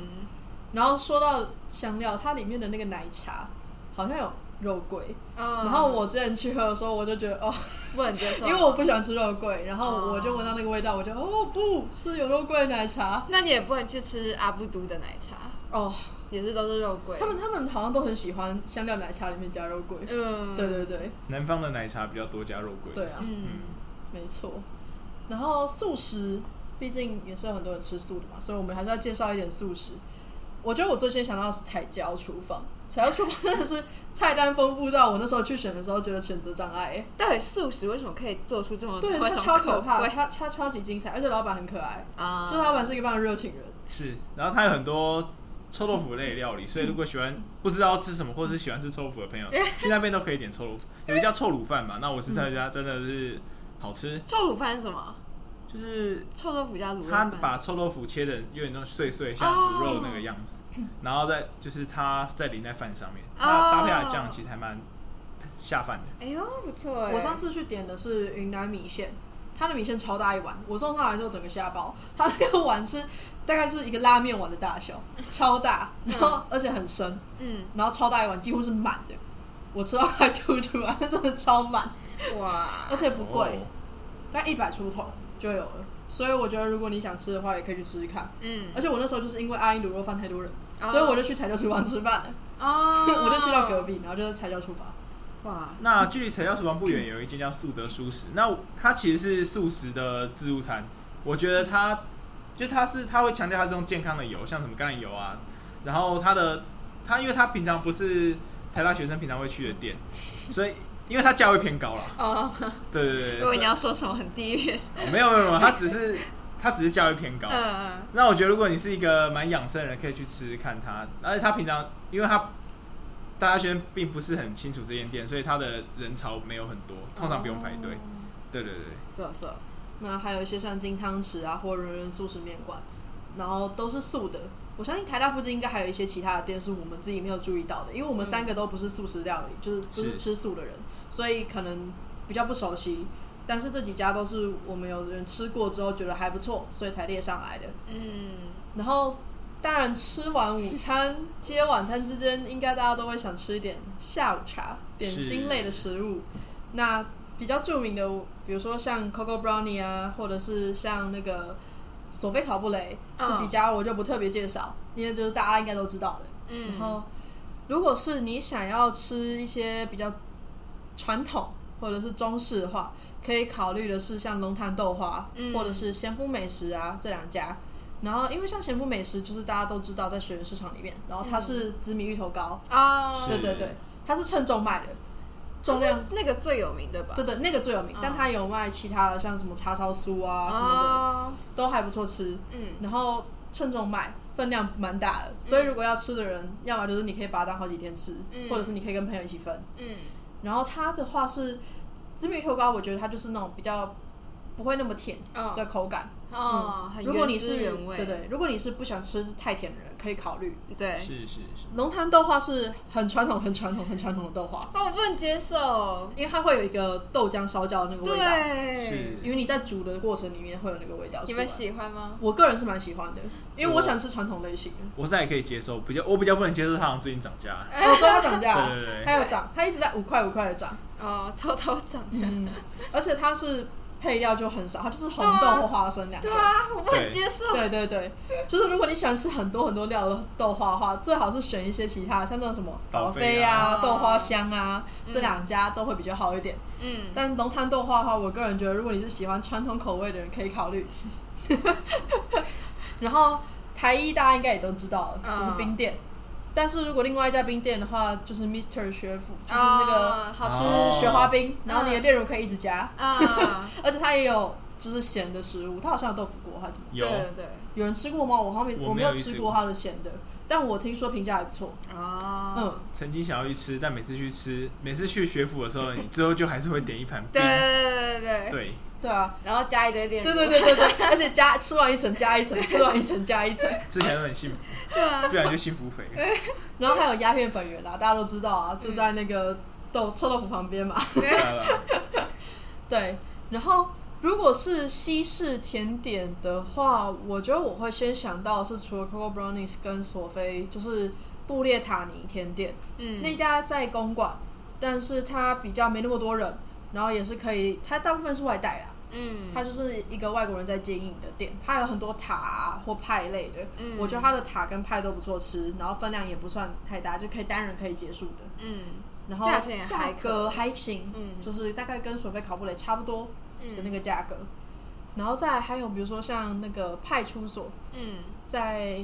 B: 然后说到香料，它里面的那个奶茶好像有肉桂，然
A: 然
B: 后我之前去喝的时候，我就觉得哦，
A: 不能接受，
B: 因为我不喜欢吃肉桂，然后
A: 哦
B: 我就闻到那个味道，我就哦不是有肉桂的奶茶
A: 那你也不能去吃阿布都的奶茶，
B: 哦，
A: 也是都是肉桂。
B: 他们他们好像都很喜欢香料奶茶里面加肉桂，
A: 嗯，
B: 对对对
C: 南方的奶茶比较多加肉桂。
B: 对啊，
A: 嗯，
B: 没错。然后素食，毕竟也是有很多人吃素的嘛，所以我们还是要介绍一点素食。我觉得我最先想到的是彩椒厨房，彩椒厨房 <laughs> 真的是菜单丰富到我那时候去选的时候觉得选择障碍、欸，
A: 到底素食为什么可以做出这么多
B: 对，
A: 种
B: 它超可
A: 哦
B: 怕的，
A: 口味
B: 它它超级精彩，而且老板很可爱，
A: 啊？
B: 就是老板是一个非常热情人。
C: 是，然后它有很多臭豆腐类料理，所以如果喜欢不知道吃什么，或者是喜欢吃臭豆腐的
A: <laughs>
C: 朋友，去那边都可以点臭豆腐。有一个叫臭卤饭嘛，那我是在
A: 嗯
C: 家真的是好吃，
A: 臭卤饭是什么？
C: 就是
A: 臭豆腐加卤肉
C: 他
A: 饭。哦
C: 把臭豆腐切的有点那种碎碎，像卤肉那个样子，
A: 嗯
C: 然后再就是它再淋在饭上面，它
A: 哦
C: 搭配它的酱其实还蛮下饭的。
A: 哎呦，不错哎！
B: 我上次去点的是云南米线，它的米线超大一碗，我送上来之后整个吓爆，它那个碗是大概是一个拉面碗的
A: <laughs>
B: 大小，超大，然后而且很深，
A: 嗯，
B: 然后超大一碗几乎是满的，我吃到快吐出来，真的超
A: <laughs>
B: 满，
A: 哇，
B: 而且不贵，
C: 哦
B: 大概一百出头就有了。所以我觉得，如果你想吃的话，也可以去试试看。 <laughs>
A: 嗯，
B: 而且我那时候就是因为阿英卤肉饭太多人，
A: 哦
B: 所以我就去彩椒厨房吃饭了。
A: 哦
B: <laughs> 我就去到隔壁，然后就是彩椒厨房。
A: 哇，
C: 那距离彩椒厨房不远有一间叫素德素食，那它其实是素食的自助餐。我觉得它就它是它会强调它是用健康的油，像什么橄榄油啊，然后它的它因为它平常不是台大学生平常会去的店，所以因为它价位偏高了。
A: 哦，
C: 对对对
A: 如
C: 对
A: 果你要说什么很地狱，
C: 是，没有没有没有，它只是它只是价位偏高。
A: 嗯嗯，
C: 那我觉得如果你是一个蛮养生的人，可以去吃吃看它，而且它平常因为它。大家轩并不是很清楚这间店，所以它的人潮没有很多，通常不用排队。
B: 哦
C: 对对对，
A: 是哦是哦，
B: 那还有一些像金汤匙啊，或人人素食面馆，然后都是素的。我相信台大附近应该还有一些其他的店是我们自己没有注意到的，因为我们三个都不是素食料理，就是不是
C: 是
B: 吃素的人，所以可能比较不熟悉。但是这几家都是我们有人吃过之后觉得还不错，所以才列上来的。
A: 嗯，
B: 然后，当然吃完午餐、接晚餐之间，应该大家都会想吃一点下午茶、点心类的食物。那比较著名的，比如说像 Coco Brownie 啊，或者是像那个索菲考布雷、
A: 嗯
B: 这几家，我就不特别介绍，因为就是大家应该都知道的。
A: 嗯
B: 然后，如果是你想要吃一些比较传统或者是中式的话，可以考虑的是像龙潭豆花，
A: 嗯
B: 或者是咸丰美食啊这两家。然后，因为像咸丰美食，就是大家都知道在学生市场里面，然后它
A: 嗯
B: 是紫米芋头糕，
A: 哦，
B: 对对对，它是称重卖的，重
A: 它
B: 量
A: 是那个最有名对吧？
B: 对对那个最有名，
A: 嗯
B: 但它有卖其他的，像什么叉烧酥啊什么的，
A: 哦，
B: 都还不错吃。
A: 嗯，
B: 然后称重卖，分量蛮大的，所以如果要吃的人，要么就是你可以把它当好几天吃，
A: 嗯
B: 或者是你可以跟朋友一起分。
A: 嗯
B: 然后它的话是紫米豆糕，我觉得它就是那种比较不会那么甜
A: 哦
B: 的口感。
A: 哦，很
B: 嗯如果你
A: 原汁
B: 是
A: 原味，
B: 对对，如果你是不想吃太甜的人，可以考虑。
A: 对，
C: 是是是，
B: 龙潭豆花是很传统、很传统、很传统的豆
A: <laughs>
B: 花，
A: 哦，我不能接受，
B: 因为它会有一个豆浆烧焦的那个味道，
A: 对，
B: 因为你在煮的过程里面会有那个味道出来。
A: 你们喜欢吗？
B: 我个人是蛮喜欢的，因为我
C: 我
B: 想吃传统类型的。
C: 我现在也可以接受，比较我比较不能接受它好像最近涨价。
B: 哦，对，它涨价了，
C: <laughs> 对对对
B: 嗯它有涨，它一直在五块五块的涨，
A: 哦，偷偷涨价，
B: 嗯，而且它是配料就很少，它就是红
A: 对
B: 豆
A: 啊
B: 或花生两个
A: 对。啊，我不能
C: 对
A: 接受。
B: 对对对，就是如果你喜欢吃很多很多料的豆花的话，最好是选一些其他的，像那种什么
C: 宝
B: 宝
C: 菲
B: 菲
A: 啊
B: 啊、豆花香啊，
A: 嗯
B: 这两家都会比较好一点。
A: 嗯，
B: 但浓汤豆花的话，我个人觉得，如果你是喜欢传统口味的人，可以考虑。 <laughs> 然后台一大家应该也都知道
A: 嗯
B: 了，就是冰店。但是如果另外一家冰店的话，就是 Mister 学府，就是那个
A: 哦好吃
C: 哦
B: 吃雪花冰，然后你的
A: 嗯
B: 炼乳可以一直加， <laughs>
A: 啊，
B: 而且它也有就是咸的食物，它好像有豆腐锅，还是什么
A: 对
C: 有
A: 对对，
B: 有人吃过吗？我好像没，
C: 我
B: 我
C: 没
B: 没
C: 有
B: 有
C: 去吃
B: 吃
C: 过
B: 过它的咸的，但我听说评价还不错。
A: 哦，
B: 嗯，
C: 曾经想要去吃，但每次去吃，每次去学府的时候，你最后就还是会点一盘
A: 对
C: 冰。
A: 对对对对，
C: 对，
B: 对啊，
A: 然后加一堆炼乳，
B: 对对对对对，而且加吃完一层加一层，吃完一层加一层。
C: 吃起来都很幸福，
A: 对啊，
C: 不然就幸福肥。
B: 然后还有鸦片粉圆啦，大家都知道啊，
A: 嗯
B: 就在那个豆臭豆腐旁边嘛。 <laughs>
C: 对啊
B: 对，然后如果是西式甜点的话，我觉得我会先想到是除了 Coco Brownies 跟索菲，就是布列塔尼甜点、
A: 嗯，
B: 那家在公馆，但是它比较没那么多人，然后也是可以，它大部分是外带啦。
A: 嗯，
B: 它就是一个外国人在经营的店，它有很多塔、啊、或派类的，
A: 嗯
B: 我觉得它的塔跟派都不错吃，然后分量也不算太大，就可以单人可以结束的。
A: 嗯
B: 然后
A: 价钱也还
B: 价格还行，
A: 嗯
B: 就是大概跟索菲考布雷差不多的那
A: 嗯
B: 个价格。然后再还有比如说像那个派出所
A: 嗯，
B: 在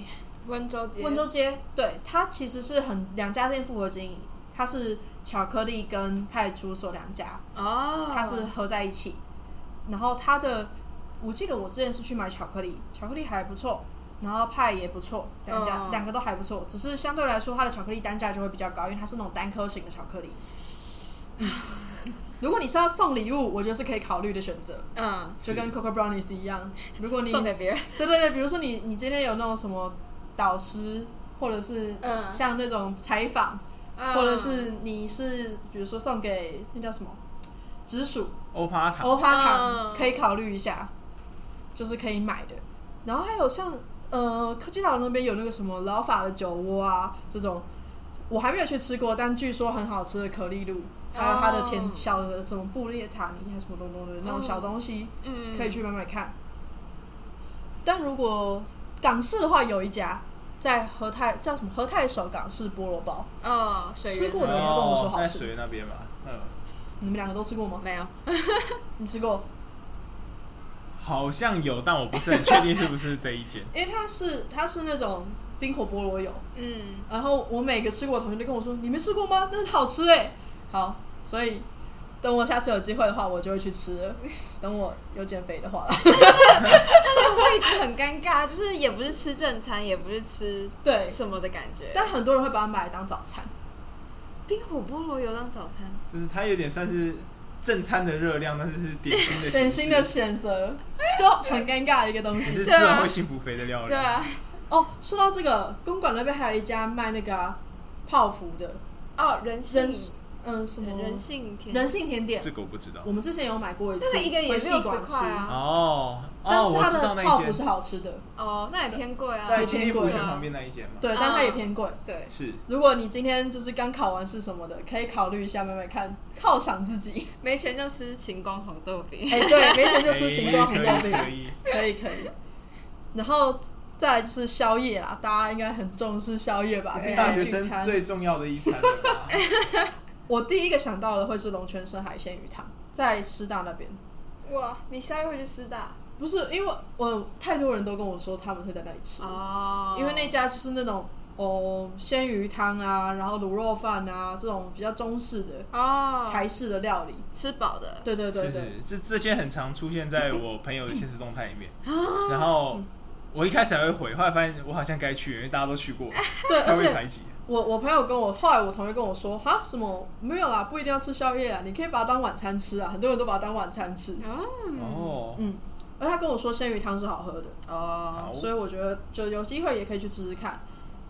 A: 温州街，
B: 温州街，对它其实是很两家店复合经营，它是巧克力跟派出所两家，
A: 哦，
B: 它是合在一起。然后它的，我记得我之前是去买巧克力，巧克力还不错，然后派也不错，两家、
A: 嗯
B: 两个都还不错，只是相对来说它的巧克力单价就会比较高，因为它是那种单颗型的巧克力。嗯如果你是要送礼物，我觉得是可以考虑的选择，
A: 嗯，
B: 就跟 Coco Brownies 一样。如果你
A: 送给别人，
B: 对对对，比如说你你今天有那种什么导师，或者是
A: 嗯
B: 像那种采访，
A: 嗯
B: 或者是你是比如说送给那叫什么直属，
C: 欧趴糖，
B: 欧趴
A: 嗯
B: 糖可以考虑一下，就是可以买的。然后还有像呃科技岛那边有那个什么老法的酒窝啊这种，我还没有去吃过，但据说很好吃的可丽露，还有它的甜
A: 哦
B: 小的什么布列塔尼还是什么东东的那种小东西，
A: 嗯
B: 可以，去买买看。但如果港式的话，有一家在和泰叫什么和泰手港式菠萝包，
A: 哦，水
B: 吃
A: 源
B: 过的人都跟我说好
C: 哦在
B: 吃
C: 水那边吧，嗯，
B: 你们两个都吃过吗？
A: 没有？
B: <laughs> 你吃过？
C: 好像有，但我不是很确定是不是这一间。 <laughs>
B: 因为它是它是那种冰火菠萝油，
A: 嗯，
B: 然后我每个吃过的同学都跟我说：“你没吃过吗？那很好吃哎、好，所以等我下次有机会的话，我就会去吃
A: <laughs>
B: 了。等我有减肥的话 <laughs> 啦，
A: 那个位置很尴尬，就是也不是吃正餐，也不是吃
B: 对。
A: 什么的感觉。
B: 但很多人会把它买来当早餐，
A: 冰火菠萝油当早餐，
C: 就是它有点算是正餐的热量，但是是点心的
B: 典型的选择就很尴尬的一个东
C: 形
B: 西
C: 式，只是吃
A: 对啊
C: 了会幸福肥的料理。
A: 对啊，
B: 哦。说到这个，公馆那边还有一家卖那个啊、泡芙的，
A: 哦，人性
B: 人嗯，什么
A: 人性甜，
B: 人性甜点
C: 这，个我不知道
B: 我。们之前有买过一
A: 这
B: 次，
A: 个一个也
B: 回
A: 六
B: 细
A: 十
B: 馆吃
A: 块，啊，
C: 哦，
B: 但
C: 哦，
B: 是
C: 我
B: 它
C: 知道
B: 的
C: 那
B: 泡
C: 一
B: 芙是
C: 间，
B: 好吃的，
A: 哦，那也偏贵啊，
C: 在
B: 还
C: 金
B: 偏
C: 立
B: 贵
C: 福
B: 啊
C: 泉旁边那一间嘛。
B: 对，但它也偏贵。
A: 对，啊
C: 是，
B: 如果你今天就是刚考完试什么的，可以考虑一下，慢慢看，犒赏自己。
A: 没钱就吃晴光红豆饼，
B: <laughs> 哎、对，没钱就
C: 哎
B: 吃晴光红豆
C: 可以
B: 饼，
C: 可以。
B: 可以可以。然后再来就是宵夜啦，大家应该很重视宵夜吧？
C: 这
B: 可以
C: 是大学
B: 聚
C: 生
B: 餐
C: 最重要的一餐了吧？
B: 我第一个想到的会是龙泉生海鲜鱼汤，在师大那边。
A: 哇，你下一位就师大
B: 不是因为我太多人都跟我说他们会在那里吃，
A: 哦
B: 因为那家就是那种哦鲜鱼汤啊，然后卤肉饭啊这种比较中式的、
A: 哦
B: 台式的料理。
A: 吃饱的，
B: 对对对
C: 是
B: 对，
C: 是，这这些很常出现在我朋友的现实动态里面。
A: 啊
B: 嗯
C: 然后我一开始还会回，后来发现我好像该去，因为大家都去过，
B: 对，
C: 怕
B: <laughs> 而
C: 被
B: 且
C: 排挤。
B: 我我朋友跟我，后来我同学跟我说，哈什么没有啦，不一定要吃宵夜啦，你可以把它当晚餐吃啊，很多人都把它当晚餐吃。
C: 哦，
B: 嗯，而他跟我说鲜鱼汤是好喝的，
A: 哦，
C: 好，
B: 所以我觉得就有机会也可以去吃吃看。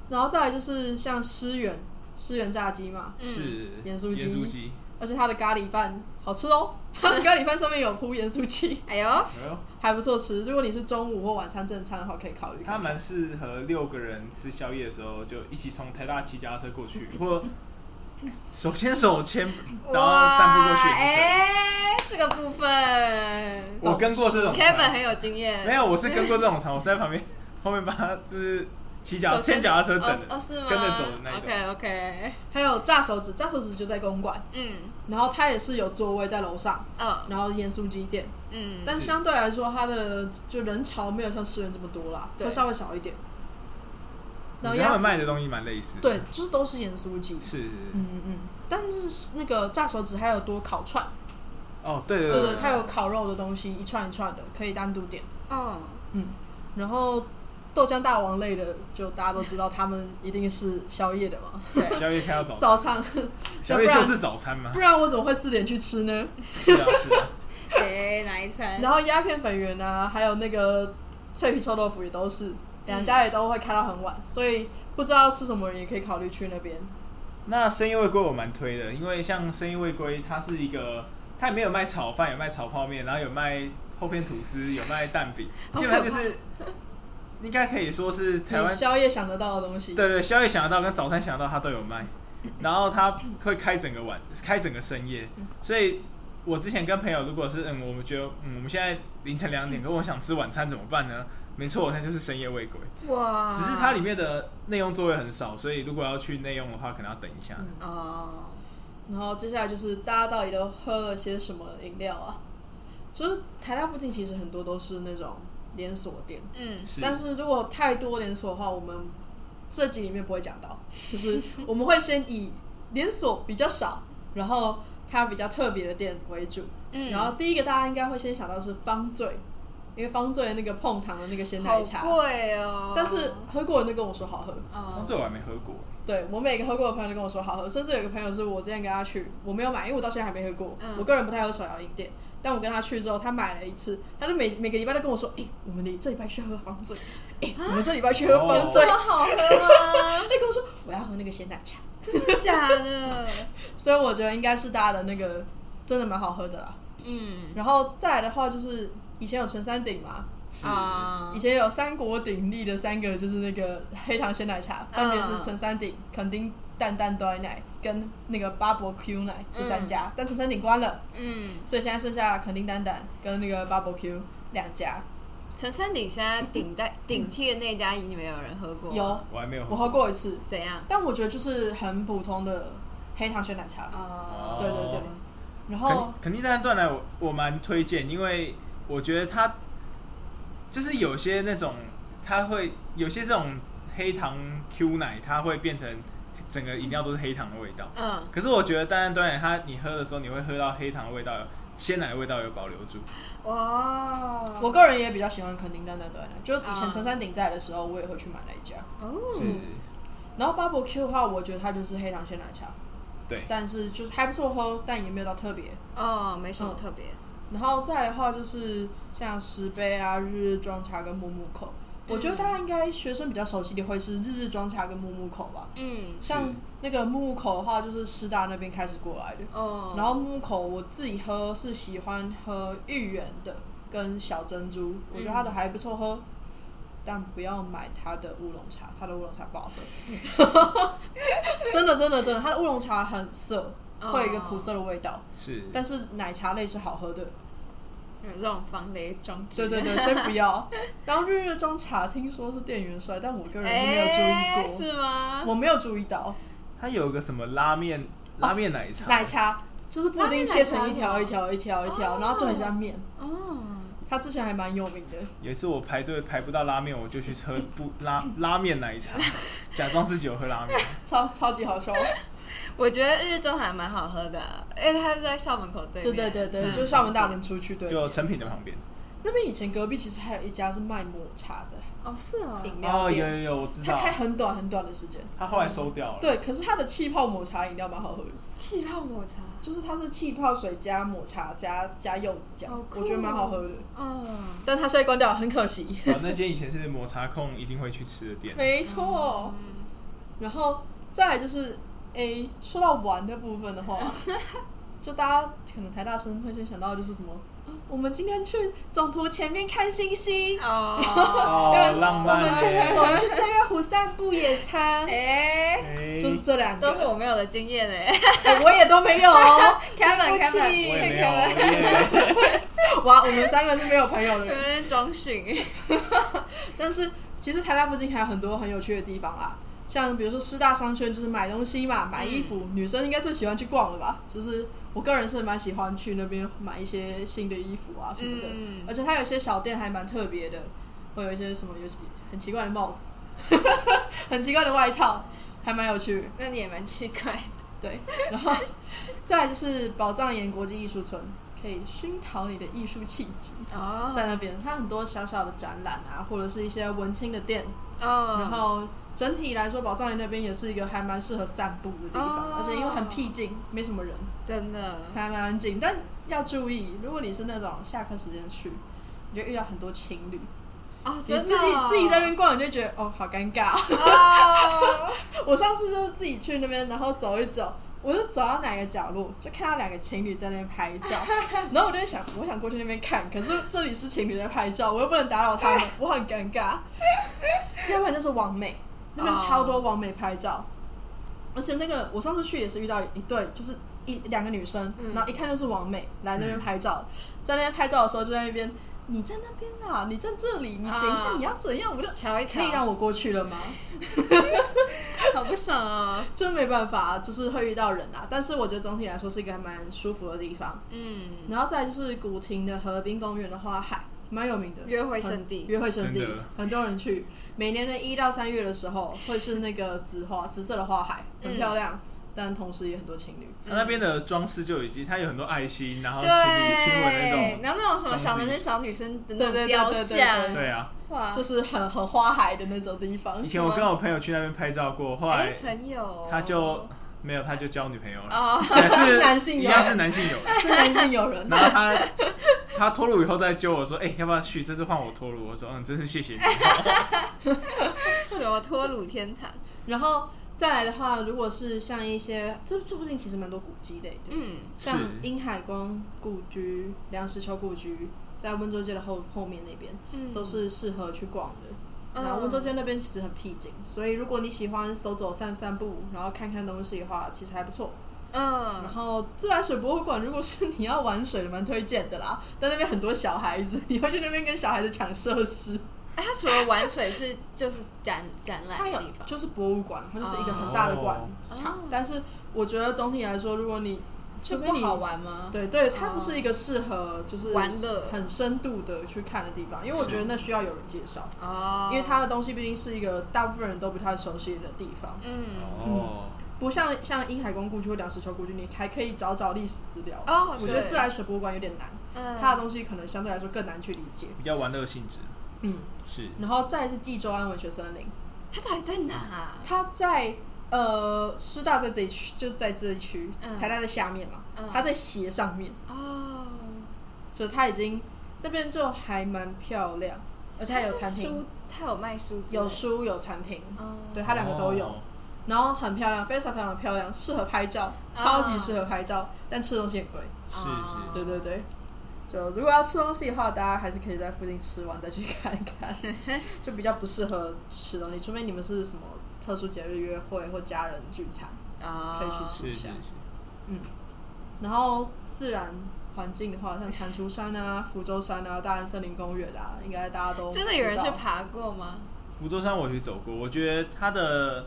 B: 然后再来就是像诗源，诗源炸鸡嘛，
A: 嗯
C: 是
B: 盐酥鸡
C: 盐酥鸡，
B: 而且它的咖喱饭好吃哦，它的咖喱饭上面有铺盐酥鸡， <laughs>
A: 哎呦，
C: 哎呦
B: 还不错吃。如果你是中午或晚餐正餐的话，可以考虑
C: 它
B: 看看。
C: 蛮适合六个人吃宵夜的时候，就一起从台大骑脚踏车过
B: <laughs>
C: 去，或手
B: 哎
C: 牵手牵，然后散步过去也可以。
A: 哎，这个部分
C: 跟过这种团
A: Kevin 很有经验，
C: 没有，我是跟过这种团，我是在旁边后面帮他就是骑脚
A: 手牵
C: 牵脚踏车等
A: 哦
C: 的。
A: 哦是吗？
C: 跟着走的那一种
A: OK OK，
B: 还有炸手指，炸手指就在公馆，
A: 嗯
B: 然后它也是有座位在楼上，
A: 嗯
B: 然后盐酥鸡店，
A: 嗯，
B: 但
C: 是
B: 相对来说它的就人潮没有像世人这么多啦，
A: 对
B: 会稍微少一点。
C: 你
B: 哦然后
C: 觉得他们
B: 要
C: 卖的东西蛮类似的。
B: 对，就是都是盐酥鸡，
C: 是，是，是
B: 嗯嗯嗯，但是那个炸手指还有多烤串，
C: 哦，对对
B: 对
C: 对
B: 对，它有烤肉的东西，一串一串的，可以单独点。
A: 哦
B: 然后豆浆大王类的，就大家都知道，他们一定是宵夜的嘛，
C: 对，宵夜开到早，
B: 早 <laughs> 餐，
C: 宵夜就是早餐嘛
B: 不。然我怎么会四点去吃呢？
C: 是啊，是啊， <laughs>
A: 诶哪一餐？
B: <laughs> 然后鸦片粉圆啊，还有那个脆皮臭豆腐也都是，两家也都会开到很晚，所以不知道要吃什么人也可以考虑去那边。
C: 那生意未归我蛮推的，因为像生意未归，它是一个，它里面有卖炒饭，有卖炒泡面，然后有卖厚片吐司，有卖蛋饼，
A: 好
C: 基
A: 可
C: 本
A: 怕
C: 上就是应该可以说是台
B: 你
C: 湾
B: 宵夜想得到的东西，
C: 对对，宵夜想得到跟早餐想得到，它都有卖。然后它会开整个晚，开整个深夜。所以我之前跟朋友，如果是嗯，我们觉得嗯，我们现在凌晨两点，
A: 嗯
C: 可我想吃晚餐怎么办呢？没错，那就是深夜未归。
A: 哇，
C: 只是它里面的内用座位很少，所以如果要去内用的话，可能要等一下。
B: 嗯
A: 哦，
B: 然后接下来就是大家到底都喝了些什么饮料啊？就是台大附近其实很多都是那种连锁店，
A: 嗯
C: 是
B: 但是如果太多连锁的话，我们这集里面不会讲到，就是我们会先以连锁比较少，然后它比较特别的店为主。
A: 嗯，
B: 然后第一个大家应该会先想到是方醉，因为方醉的那个碰糖的那个鲜奶茶，
A: 好贵哦，
B: 但是喝过的人都跟我说好喝。
A: 哦
C: 哦，这我还没喝过，
B: 对我每个喝过的朋友都跟我说好喝，甚至有个朋友是我之前跟他去，我没有买，因为我到现在还没喝过。
A: 嗯
B: 我个人不太喝手摇饮店，但我跟他去之后，他买了一次，他就每每个礼拜都跟我说，哎、我们这礼拜去喝方醉，哎、我们这礼拜去喝方醉。
A: 这么好喝吗
B: 他？就跟我说我要喝那个鲜奶茶，
A: 真的假的？
B: 所以我觉得应该是大家的那个真的蛮好喝的啦。
A: 嗯
B: 然后再来的话就是以前有陈三鼎嘛，
C: 是
A: 啊
B: 以，前有三国鼎立的三个，就是那个黑糖鲜奶茶，分别是陈三鼎、垦丁蛋蛋端奶跟那个巴伯 Q 奶这三家，但陈三鼎关了，
A: 嗯，
B: 所以现在剩下垦丁蛋蛋跟那个巴伯 Q 两家。
A: 陈山顶现在顶代顶替的那家，你们有人喝过吗？
B: 有
C: 我还没有
B: 我
C: 喝。
B: 喝过一次，
A: 怎样？
B: 但我觉得就是很普通的黑糖鲜奶茶。
A: 哦，
B: 对对对，然后
C: 肯肯定那段来我我蛮推荐，因为我觉得它就是有些那种，它会有些这种黑糖 Q 奶，它会变成整个饮料都是黑糖的味道。
A: 嗯，
B: 哦
C: 可是我觉得淡淡端奶它你喝的时候，你会喝到黑糖的味道，鲜奶的味道有保留住。
A: 哇，
B: 我个人也比较喜欢垦丁蛋蛋端奶，就是以前
A: 啊
B: 陈三鼎在的时候，我也会去买那一家。
C: 是
B: 嗯
A: 哦，
B: 然后巴伯 Q 的话，我觉得它就是黑糖鲜奶茶，
C: 对
B: 但是就是还不错喝，但也没有到特别。
A: 哦，没什么特别，
B: 然后再来的话就是像石杯啊、日日装茶跟木木口，我觉得大家应该学生比较熟悉的会是日日装茶跟木木口吧。
A: 嗯，
B: 像那个木木口的话，就是师大那边开始过来的。
A: 哦，
B: 然后木木口我自己喝是喜欢喝芋圆的跟小珍珠，
A: 嗯
B: 我觉得它的还不错喝，但不要买它的乌龙茶，它的乌龙茶不好喝。
A: <laughs>
B: 真的真的真的，它的乌龙茶很涩，
A: 哦
B: 会有一个苦涩的味道，
C: 是
B: 但是奶茶类是好喝的。
A: 有这种防雷装置，
B: 对
A: <laughs>
B: 对对，先不要。然后日日中茶听说是店员帅，但我个人是没有
A: 哎，
B: 注意过，
A: 是吗？
B: 我没有注意到
C: 它有个什么拉面拉面奶茶，
B: 哦奶茶就是布丁切成一条
A: 拉面奶茶是吗
B: 一条一条一条，
A: 哦
B: 然后就很像面。
A: 哦，
B: 它之前还蛮有名的，
C: 有一次我排队排不到拉面，我就去喝不
B: <laughs>
C: 拉拉面奶茶，假装自己有喝拉面。
B: 超超级好笑。
A: 我觉得日中还蛮好喝的，哎，它是在校门口对
B: 对
A: 面，
B: 对对对，
A: 嗯
B: 就上文大能出去对
C: 就
B: 面。
C: 成品的旁边。
B: 那边以前隔壁其实还有一家是卖抹茶的
A: 哦是哦，
B: 饮料
C: 哦，有
B: 店，
C: 有有，我知
B: 它 <laughs>
C: 道。
B: 开很短很短的时间。
C: 他后来收掉了。，
B: 对，可是它的气泡抹茶饮料蛮好喝的，
A: 气泡抹茶，
B: 就是它是气泡水加抹茶加加柚子酱
A: 好，酷哦
B: 我觉得蛮好喝的。
A: 嗯。
B: 但它现在关掉了，很可惜。
C: 哦，那间以前是抹茶控一定会去吃的店。
B: 没错。
A: 嗯
B: 然后再来就是，诶、说到玩的部分的
A: <laughs>
B: 话，就大家可能台大生会先想到就是什么，啊我们今天去总图前面看星星， <laughs>
A: 哦，
C: 哦，浪
B: 我
C: 漫
B: 们去
C: 欸。
B: 我们去正月湖散步野餐，
A: <laughs> 哎，
C: 哎
B: 就是这两个，
A: 都是我没有的经验哎。
B: 诶我也都没有哦
A: <laughs> Kevin，
B: 对不起
A: Kevin
C: 我也没有，我也
B: 哇，我们三个是没有朋友的
A: 有
B: 人。
A: 点装训，
B: 但是其实台大附近还有很多很有趣的地方啊，像比如说师大商圈就是买东西嘛，买衣服，女生应该最喜欢去逛了吧？就是我个人是蛮喜欢去那边买一些新的衣服啊什么的，
A: 嗯
B: 而且它有些小店还蛮特别的，会有一些什么有些很奇怪的帽子， <laughs> 很奇怪的外套，还蛮有趣。
A: 那你也蛮奇怪的。
B: 对，然后再来就是宝藏岩国际艺术村，可以熏陶你的艺术气质。
A: 哦
B: 在那边，它很多小小的展览啊，或者是一些文青的店。
A: 哦，
B: 然后整体来说，宝藏岩那边也是一个还蛮适合散步的地方，
A: 哦
B: 而且因为很僻静，没什么人，
A: 真的，
B: 还蛮安静。但要注意，如果你是那种下课时间去，你就遇到很多情侣，
A: 哦，
B: 你
A: 真
B: 自
A: 的
B: 己
A: 哦
B: 自己在那边逛，你就觉得哦，好尴尬哦、 <laughs>
A: 哦，
B: 我上次就是自己去那边，然后走一走，我就走到哪个角落，就看到两个情侣在那边拍 <laughs> 照，然后我就在想，我想过去那边看，可是这里是情侣在拍照，我又不能打扰他们，我很尴 <laughs> 尬。要不然就是网美，那边超多网美拍照而且那个我上次去也是遇到一对，就是一两个女生，
A: 嗯
B: 然后一看就是网美来那边拍照，在那边拍照的时候就在那边。你在那边啊，你在这里，你等一下
A: 啊
B: 你要怎样？我就
A: 瞧一瞧，
B: 可以让我过去了吗？
A: 好不爽哦。
B: 真没办法，就是会遇到人啊。但是我觉得总体来说是一个还蛮舒服的地方。
A: 嗯，
B: 然后再来就是古亭的河滨公园的话，海蛮有名的
A: 约会圣地
B: 很约会圣地
C: 真的
B: 很多人去。每年的一到三月的时候，会是那个紫花紫色的花海，很
A: 嗯
B: 漂亮，但同时也很多情侣。
C: 它那边的装饰就已经，它有很多爱心，然后情侣亲吻那
A: 对，
C: 种，
A: 然后那种什么小男
C: 东
A: 生、小女生的
B: 对
A: 那
B: 对对
A: 种雕
B: 对对
A: 像，
C: 对啊。
A: 哇，
B: 就是很很花海的那种地方
C: 以，前我跟我朋友去那边拍照过，后
A: 哎
C: 来，
A: 朋友，
C: 他就没有，他就交女朋友了，
A: 哦， <laughs>
C: 但
B: <laughs> 是
C: 是
B: 男性友
C: 一样是男性友人。
B: 是男性友人。 <laughs>
C: 然后他 <laughs> 他脱乳以后再揪我说，哎、要不要去？这次换我脱乳，我说，嗯，真是谢谢你。
A: 什么脱乳天堂，
B: 然后再来的话，如果是像一些这这附近其实蛮多古迹的，对。
A: 嗯，
B: 像
C: 是
B: 殷海光故居、梁实秋故居，在温州街的后后面那边、
A: 嗯
B: 都是适合去逛的。
A: 嗯
B: 那温州街那边其实很僻静，所以如果你喜欢走走散散步，然后看看东西的话，其实还不错。然
A: 嗯，
B: 后自来水博物馆，如果是你要玩水的，蛮推荐的啦。但那边很多小孩子， <laughs> 你会去那边跟小孩子抢设施。
A: 哎他除了玩水是就是展展览
B: 它有
A: 的地方，
B: 就是博物馆，它就是一个很大的馆场。
A: 哦
B: 但是我觉得总体来说，如果你
A: 就
B: 除非
A: 不
B: 你
A: 好玩吗？
B: 对对，它不是一个适合就是
A: 玩乐
B: 很深度的去看的地方，因为我觉得那需要有人介绍，
A: 哦，
B: 因为它的东西毕竟是一个大部分人都不太熟悉的地方，
A: 嗯，
C: 哦，
B: 不像像殷海公故居或梁实秋故居，你还可以找找历史资料。
A: 哦
B: 我觉
A: 对
B: 得自来水博物馆有点难，
A: 嗯
B: 它的东西可能相对来说更难去理解。
C: 比较玩乐性质
B: 嗯，
C: 是。
B: 然后再来是济州安文学森林，
A: 它到底在哪啊？
B: 它在呃师大在这一区，就在这一区，
A: 嗯
B: 台大在下面嘛，
A: 嗯
B: 它在斜上面。
A: 哦，
B: 就它已经那边就还蛮漂亮，而且它有餐
A: 是
B: 厅
A: 书，，它有卖书之类的，
B: 有书有餐厅，
A: 哦，
B: 对，它两个都有，
C: 哦
B: 然后很漂亮，非常非常的漂亮，适合拍照，超级适合拍照，但吃东西很贵，
A: 啊哦
C: 是
B: 对对对。就如果要吃东西的话，大家还是可以在附近吃完再去看
A: <laughs>
B: 看，就比较不适合吃东西，除非你们是什么特殊节日约会或家人聚餐
A: 哦，
B: 可以去吃
C: 是
B: 一
C: 是是啊
B: 下。。然后自然环境的话，像蟾蜍山啊、福州山啊、大安森林公园啊，应该大家都
A: 真的有人
B: 知
A: 去
B: 道
A: 爬过吗？
C: 福州山我去走过，我觉得它的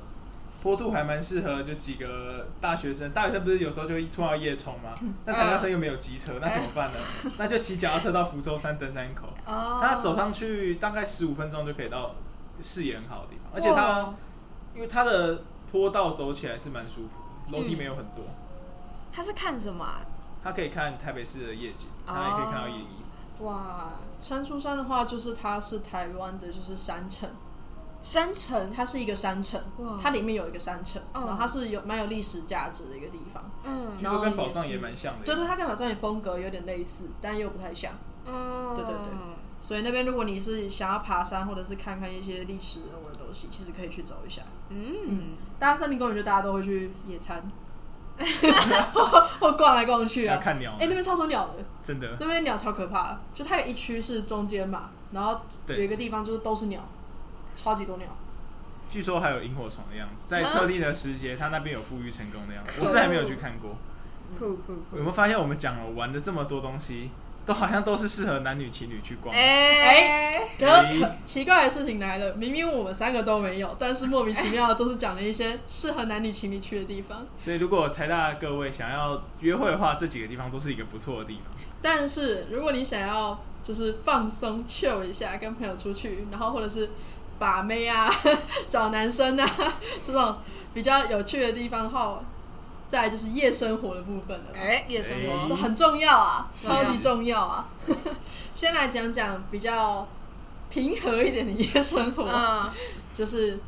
C: 坡度还蛮适合，就几个大学生，大学生不是有时候就会突然要夜冲吗？
B: 嗯
C: 那台大生又没有机车，那怎么办呢？那就骑脚踏车到福州山登山口，
A: 哦，
C: 它走上去大概十五分钟就可以到视野很好的地方，
A: 哇，
C: 而且
B: 哦
C: 它因为它的坡道走起来是蛮舒服的，楼
B: 嗯
C: 梯没有很多，
A: 它是看什么啊？
C: 它可以看台北市的夜景，它也可以看到夜莺。
B: 哦
A: 哇，
B: 蟾蜍山的话，就是它是台湾的，就是山城，
A: 山城，
B: 它是一个山城
A: 哇，
B: 它里面有一个山城，
A: 哦
B: 然后它是有蛮有历史价值的一个地方。
A: 嗯
C: 据说跟宝藏也蛮像的，
B: 对对，它跟马庄也风格有点类似，但又不太像。
A: 嗯，
B: 对对
A: 对，
B: 所以那边如果你是想要爬山，或者是看看一些历史人文的东西，其实可以去走一下。
A: 嗯，
B: 大安森林公园就大家都会去野餐，或逛来逛去
C: 要
B: 啊。
C: 看鸟
B: 哎、，那边超多鸟的，
C: 真的
B: 那边鸟超可怕的，就它有一区是中间嘛，然后有
C: 对
B: 一个地方就是都是鸟，超级多鸟。
C: 据说还有萤火虫的样子，在
A: 啊
C: 特定的时节，它那边有富裕
B: 哦
C: 成功的样子。我是还没有去看过。
A: 酷酷
C: 有
A: 酷，
C: 没有发现我们讲了玩的这么多东西，都好像都是适合男女情侣去逛。
A: 哎、
B: 可是
C: 咦
B: 可奇怪的事情来了，明明我们三个都没有，但是莫名其妙的都是讲了一些适合男女情侣去的地方。
C: 所以如果台大的各位想要约会的话，这几个地方都是一个不错的地方。
B: 但是如果你想要就是放松 chill 一下，跟朋友出去，然后或者是把妹啊、 <laughs> 找男生啊这种比较有趣的地方的话，再来就是夜生活的部分了。
A: 哎，夜生
C: 哎
A: 活
B: 这很重要啊，
A: 是
B: 超
A: 啊
B: 级重要啊！ <laughs> 先来讲讲比较平和一点的夜生活，
A: 嗯
B: 就是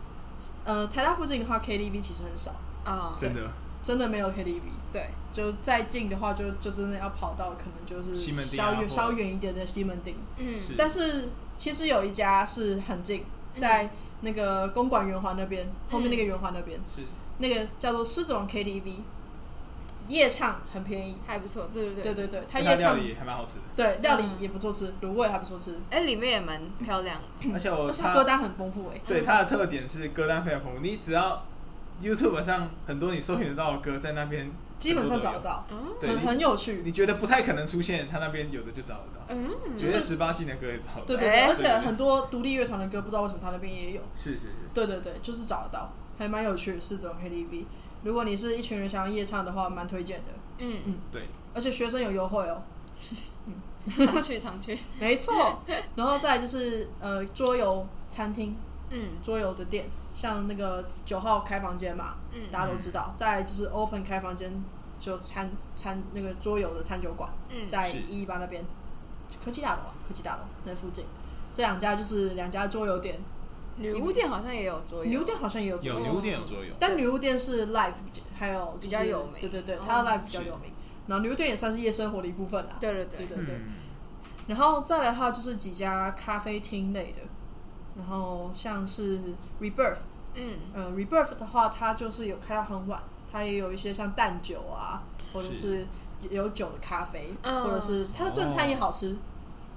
B: 呃，台大附近的话，KTV 其实很少，
A: 嗯，
C: 真的，
B: 真的没有 KTV。对，就再近的话就，就真的要跑到可能就是
C: 西门町啊
B: 稍
C: 或
B: 远
C: 者
B: 稍远一点的西门町。
A: 嗯
C: 是
B: 但是其实有一家是很近，在那个公馆圆环那边，后
A: 嗯
B: 面那个圆环那边，
C: 是
B: 那个叫做狮子王 KTV，夜唱很便宜。
A: 还不错，对对
B: 对
A: 对。
B: 对对，它
C: 那它料
B: 夜唱
C: 理还蛮好吃的，
B: 对，料理
A: 嗯
B: 也不错吃，卤味还不错吃，
A: 哎、里面也蛮漂亮的，
C: 而且我
B: 而且它
C: 它
B: 歌单很丰富哎、
C: 对它的特点是歌单非常丰富，你只要 YouTube 上很多你搜寻得到的歌，在那边
B: 基本上找得
C: 到。
B: 到，
A: 嗯
C: 对
B: 很
C: 你
B: 很有趣。
C: 你觉得不太可能出现，他那边有的就找得到，
A: 嗯，
B: 就
C: 有些
B: 是
C: 十八禁的歌也找得到。
B: 对对对，
A: 哎
B: 而且很多独立乐团的歌，不知道为什么它那边也有。
C: 是是是，
B: 对对对，就是找得到，还蛮有趣的，是这种 KTV。如果你是一群人想要夜唱的话，蛮推荐的。
A: 嗯，
C: 对，
B: 而且学生有优惠哦，
A: 常去常去，
B: 没错。 <laughs> 然后再来就是呃桌游餐厅、
A: <laughs> 嗯
B: 桌游的店，像那个九号开房间嘛，
A: 嗯
B: 大家都知道。再来就是 Open 开房间，就餐餐那个桌游的餐酒馆。
A: 嗯，
B: 在
C: 是
B: 一一八那边，科技大楼啊，科技大楼那附近，这两家就是两家桌游店，
A: 女巫店好像也有桌游，
B: 女巫店好像也有桌
C: 有
B: 游，
A: 牛
C: 有点有桌游，
B: 但女巫店是 live 比较还有、就是
A: 比较有名
B: 对对对
A: 哦，
B: 它的 live 比较有名，然后女巫店也算是夜生活的一部分啦，
A: 对对
B: 对
A: 对，
B: 对对，
C: 嗯，
B: 然后再来的话就是几家咖啡厅类的，然后像是 Rebirth，
A: 嗯，
B: 呃，Rebirth 的话，它就是有开到很晚，它也有一些像蛋酒啊，或者是有酒的咖啡，
A: 嗯
B: 或者是它的正餐也好吃，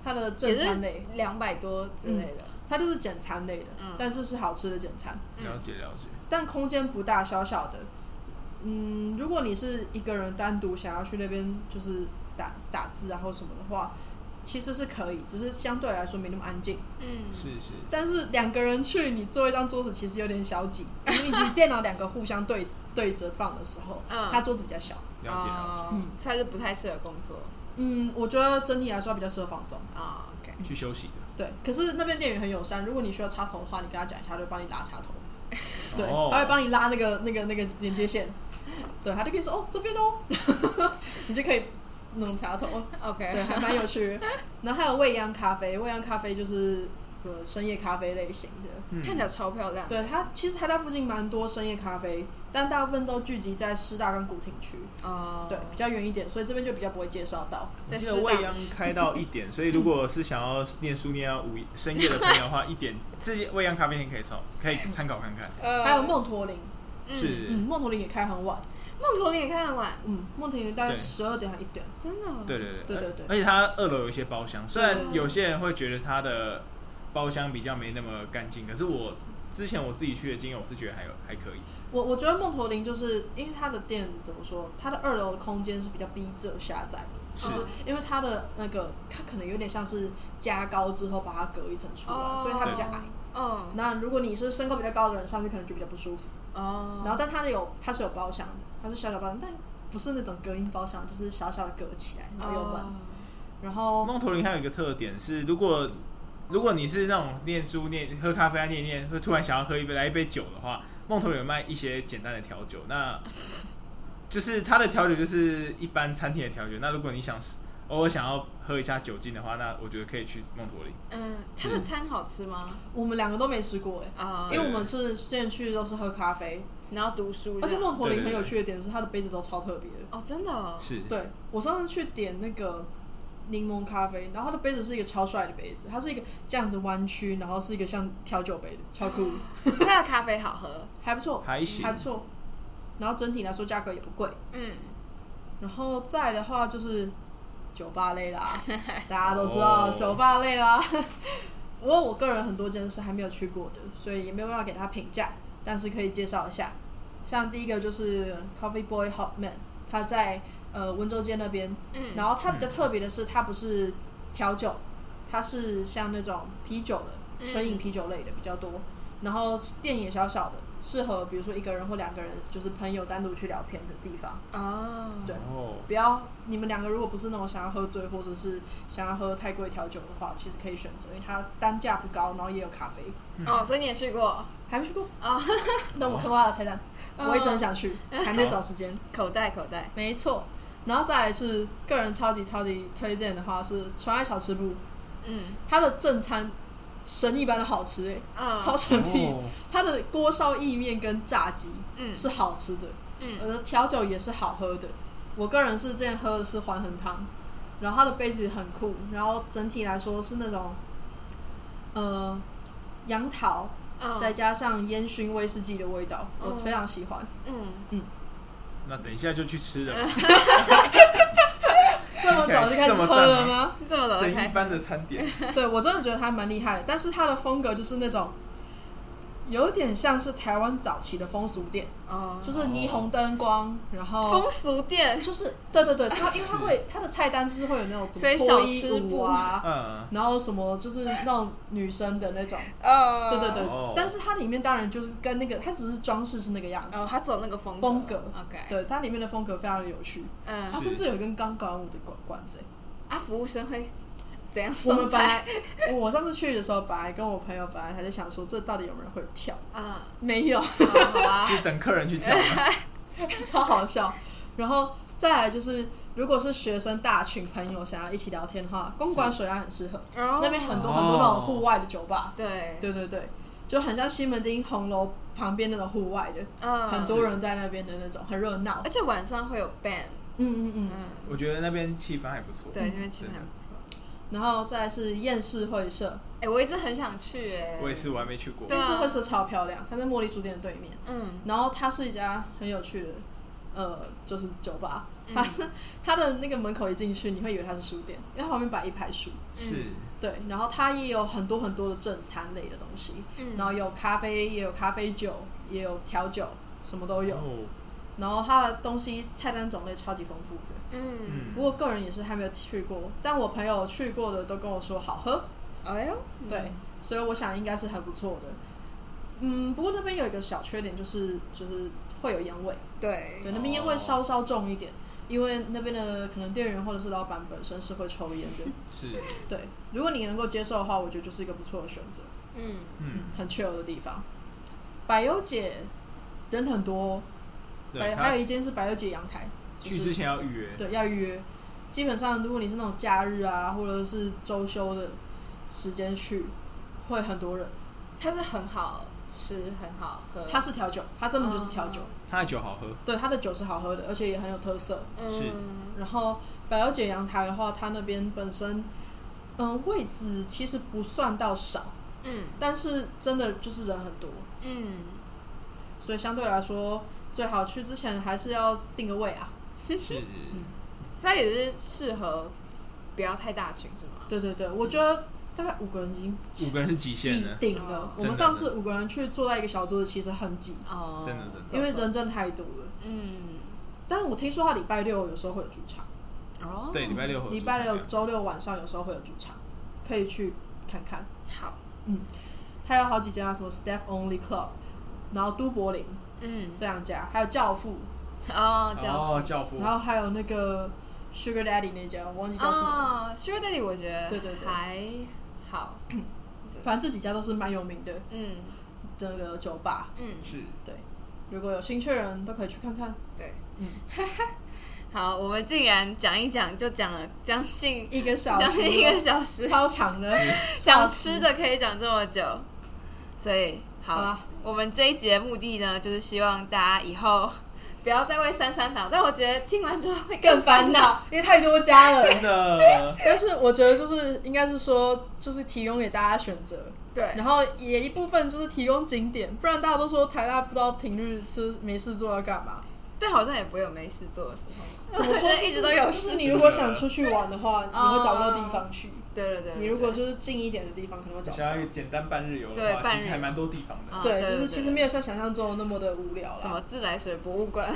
B: 它的正
A: 也是
B: 餐类，
A: 两百多之类的，
B: 它就是简餐类的，
A: 嗯
B: 但是是好吃的简餐，
C: 了解了解，
B: 但空间不大，小小的。嗯，如果你是一个人单独想要去那边就是打打字啊或什么的话，其实是可以，只是相对来说没那么安静。
A: 嗯，
C: 是是，
B: 但是两个人去，你坐一张桌子其实有点小挤，因为你电脑两个互相对对着放的时候，
A: 嗯
B: 它桌子比较小。
C: 了解了
A: 哦
B: 嗯
A: 所以它就不太适合工作
B: 嗯，我觉得整体来说比较适合放松。
A: 啊，OK，
C: 解，去休息的。
B: 对，可是那边店员很友善，如果你需要插头的话，你跟他讲一下，他就帮你拉插头。对，
C: 哦
B: 他会帮你拉那个那个那个连接线。对，他就跟你说哦这边哦， <laughs> 你就可以弄插头。
A: OK，
B: 对，还蛮有趣的。然后还有未央咖啡，未央咖啡就是呃深夜咖啡类型的。
C: 嗯
A: 看起来超漂亮。
B: 对它，其实台大附近蛮多深夜咖啡，但大部分都聚集在师大跟古亭区，
A: 哦，
B: 对，比较远一点，所以这边就比较不会介绍到。
C: 我
A: 在
C: 记得
A: 适
C: 未
A: 当，
C: 央开到一
B: <laughs>
C: 点，所以如果是想要念书念到午夜深夜的朋友的话，一点这些未央咖啡店可以找，可以参考看看。
A: 呃
B: 还有梦驼铃，
A: 嗯
B: 嗯，
C: 是，
B: 梦驼铃也开很晚，
A: 梦驼铃也看得完，
B: 嗯，梦驼铃大概
C: 对
B: 十二点还一点，
A: 真的哦，
C: 对对
B: 对对对
C: 而且它二楼有一些包厢，虽然
A: 对
C: 有些人会觉得它的包厢比较没那么干净，可是我之前我自己去的经验，我是觉得还有还可以。
B: 我我觉得梦驼铃就是因为它的店怎么说，它的二楼的空间是比较逼仄狭窄的，
C: 是
B: 就是因为它的那个它可能有点像是加高之后把它隔一层出来，
C: 哦
B: 所以它比较矮。
A: 哦嗯
B: 那如果你是身高比较高的人上去，可能就比较不舒服。
A: 哦，
B: 然后但它的有它是有包厢的，它是小小包厢，但不是那种隔音包厢，就是小小的隔起来，然后有门。
A: 哦
B: 然后
C: 梦驼铃还有一个特点是，如果如果你是那种念书念喝咖啡啊念一念，会突然想要喝一杯来一杯酒的话，梦驼铃有卖一些简单的调酒，
B: <laughs>
C: 那就是它的调酒就是一般餐厅的调酒。那如果你想偶尔想要喝一下酒精的话，那我觉得可以去梦驼铃。
A: 嗯，它的餐好吃吗？
B: 我们两个都没吃
C: 哦
B: 过哎、
A: 啊
B: 因为我们是之前去都是喝咖啡，
A: 然后读书这样，
B: 而且梦驼
C: 对
B: 铃
C: 啊对
B: 很有
C: 对
B: 趣的点是它的杯子都超特别的。
A: 哦，真的
B: <laughs>
A: 哦，
C: 是
B: 对我上次去点那个柠檬咖啡，然后它的杯子是一个超帅的杯子，它是一个这样子弯曲，然后是一个像调酒杯的，超酷，
A: 它的咖啡好喝，
B: 还不错，
C: 还行
B: 还不错。然后整体来说价格也不贵，
A: 嗯，
B: 然后再的话就是酒吧
C: <laughs>
B: 类啦，大家都知道
C: 哦
B: 酒吧类啦。不过我个人很多间是还没有去过的，所以也没有办法给他评价，但是可以介绍一下。像第一个就是 Coffee Boy Hotman，他在呃温州街那边，
A: 嗯，
B: 然后它比较特别的是，它不是调酒，它是像那种啤酒的，
A: 嗯
B: 纯饮啤酒类的比较多。然后店也小小的，适合比如说一个人或两个人，就是朋友单独去聊天的地方。
A: 哦，
B: 对
C: 哦，
B: 不要你们两个如果不是那种想要喝醉或者是想要喝太贵调酒的话，其实可以选择，因为它单价不高，然后也有咖啡。
A: 哦，所以你也去过
B: 还没去过
A: 哦，
B: 那我刻画的菜单，
A: 哦
B: 我一直很想去，还没有找
A: <laughs>
B: 时间。
A: 口袋口袋，
B: 没错，然后再来是个人超级超级推荐的话是纯爱小吃部，
A: 嗯
B: 它的正餐神一般的好吃、欸，
A: 嗯，
B: 超神秘。
C: 哦
B: 它的锅烧意面跟炸鸡
A: 嗯
B: 是好吃的，
A: 嗯
B: 呃，调酒也是好喝的。我个人是之前喝的是还衡汤，然后它的杯子很酷，然后整体来说是那种，呃，杨桃
A: 嗯
B: 再加上烟熏威士忌的味道，我
A: 嗯
B: 非常喜欢。
A: 嗯，
C: <laughs> 那等一下就去吃了，
B: <laughs> 这么早就开始喝了吗？
A: 这么早
C: 神
A: 就开
C: 一般的
A: 始，
C: 餐
B: <laughs>
C: 点，
B: 对我真的觉得它蛮厉害的，但是它的风格就是那种。有点像是台湾早期的风俗店，
A: 哦，
B: 就是霓虹灯光，然后哎
A: 风俗店，
B: 就是对对对，它因为它
A: <laughs>
B: 会它的菜单就是会有那种什
A: 所以
B: 么
A: 小
B: 脱
A: 吃
B: 衣舞啊，
C: 嗯，
B: 然后什么就是那种女生的那种，
A: 哦，
B: 对对对
C: 哦。
B: 但是它里面当然就是跟那个，它只是装饰是那个样子，
A: 哦，他走那个风
B: 风格
A: ，OK，，
B: 对，它里面的风格非常的有趣。
A: 嗯，
B: 它甚至有跟钢管舞的管管子欸。
A: 啊，服务生会怎样
B: 我
A: 送
B: 们本
A: 菜？ <laughs>
B: 来我上次去的时候，本来跟我朋友本来还在想说，这到底有没有人会跳？
A: <laughs> 嗯，
B: 没有，
A: 哦好啊，
C: 是等客人去挑吗，
B: <laughs> 超好笑。然后再来就是，如果是学生大群朋友想要一起聊天的话，公馆水啊岸很适合。那
A: 啊那
B: 边很多很多那种户外的酒吧，
A: 哦对，
B: 对对对，就很像西门町红楼旁边那种户外的，
A: 嗯，
B: 很多人在那边的那种，很热闹
A: 而。且晚上会有 band，
B: 嗯嗯嗯。
A: 嗯，
C: 我觉得那边气氛还不错，
A: 对，那边气氛还不错。
B: 然后再来是燕市会社，
A: 哎、我一直很想去、哎，
C: 我也是，我还没去过
A: 对，
B: 燕
A: 啊
B: 市会社超漂亮，它在茉莉书店的对面。
A: 嗯，
B: 然后它是一家很有趣的，呃，就是酒吧。
A: 嗯
B: 它是它的那个门口一进去，你会以为它是书店，因为它旁边摆一排书。
C: 是
B: 对，然后它也有很多很多的正餐类的东西，
A: 嗯
B: 然后有咖啡，也有咖啡酒，也有调酒，什么都有。
C: 哦
B: 然后它的东西菜单种类超级丰富的。
A: 嗯，
C: 嗯
B: 不过个人也是还没有去过，但我朋友去过的都跟我说好喝，
A: 哎呦，
B: 对，所以我想应该是很不错的。嗯，不过那边有一个小缺点，就是就是会有烟味，
A: 对，
B: 对，那边烟味稍稍重一点，因为那边的可能店员或者是老板本身是会抽烟
A: <laughs>
B: 的，
C: 是，
B: 对。如果你能够接受的话，我觉得就是一个不错的选择，
A: 嗯，
C: 嗯，
B: 很 chill 的地方。百优姐人很多哦，
C: 对，
B: 百还
C: 他
B: 有一间是百优姐阳台，就
C: 去
B: 是
C: 之前要预约，
B: 对，要预约。基本上，如果你是那种假日啊，或者是周休的时间去，会很多人。
A: 它是很好吃，很好喝，
B: 它是调酒，它真的就是调酒。
C: 他的酒好
B: <laughs>
C: 喝，
B: 对，它的酒是好喝的，而且也很有特色。
C: 是
A: 嗯，
B: 然后百优姐阳台的话，它那边本身，嗯、位置其实不算到少，
A: 嗯
B: 但是真的就是人很多，
A: 嗯，
B: 所以相对来说，最好去之前还是要定个位啊。
C: 是，
A: 它也是适合不要太大群是吗？
B: 对对对，我觉得大概五个人已经
C: 五个人是极限
B: 挤
C: 的，
B: 定
A: 哦
B: 了。我
C: 真的
B: 们上次五个人去坐在一个小桌子，其实很挤，
A: 哦，
C: 真的真的
B: 因为人真的太多了。
A: 嗯，
B: 但我听说他礼拜六有时候会有驻场，
A: 哦，
C: 对，礼拜六和
B: 礼拜六、周六晚上有时候会有驻场，可以去看看。
A: 好，
B: 还有好几家，什么 Staff Only Club，然后都柏林
A: 嗯，
B: 这两家，还有教父，
A: 哦，这样。
C: 哦，教父
B: 然，后还有那个 Sugar Daddy 那家，我忘记叫什么，
A: 哦，Sugar Daddy 我觉得
B: 对对对
A: 还好，
B: 反正这几家都是蛮有名的
A: 嗯
B: 这个酒吧，
A: 嗯，
C: 是，
B: 如果有兴趣的人都可以去看看。
A: 对，
B: 嗯，
A: <laughs> 好，我们竟然讲一讲就讲了将近
B: 一个小
A: 将 <laughs>
B: 时，
A: 近一个小时，
B: 超长的，
A: 想吃的可以讲这么久，所以好，
B: 好啊
A: 我们这一集的目的呢，就是希望大家以后不要再为三三恼，但我觉得听完之后会
B: 更
A: 更
B: 烦
A: 烦恼。
B: 恼，因为太多家了。
C: 真
B: <laughs>
C: 的，
B: 但是我觉得就是应该是说，就是提供给大家选择，
A: 对
B: 然后也一部分就是提供景点，不然大家都说台大不知道平日就是没事做要干嘛。
A: 对，好像也不会有没事做的时候，
B: 怎么说
A: <laughs> 我觉得一直都有哦
B: 就是你如果想出去玩的话，你会找不到地方去。
A: 对对对，
B: 你如果
A: 对
B: 就是近一点的地方，可能会找不
C: 想
B: 到
C: 要。一个简单半日游
A: 对
C: 的话，
A: 半
C: 其
A: 日
C: 实
A: 游
C: 还蛮多地方的。
A: 啊
B: 对，
A: 对
B: 就是
A: 对
B: 其
A: 对
B: 实没有像想象中那么的无聊
A: 什么
B: 啦。
A: 自来水博物馆、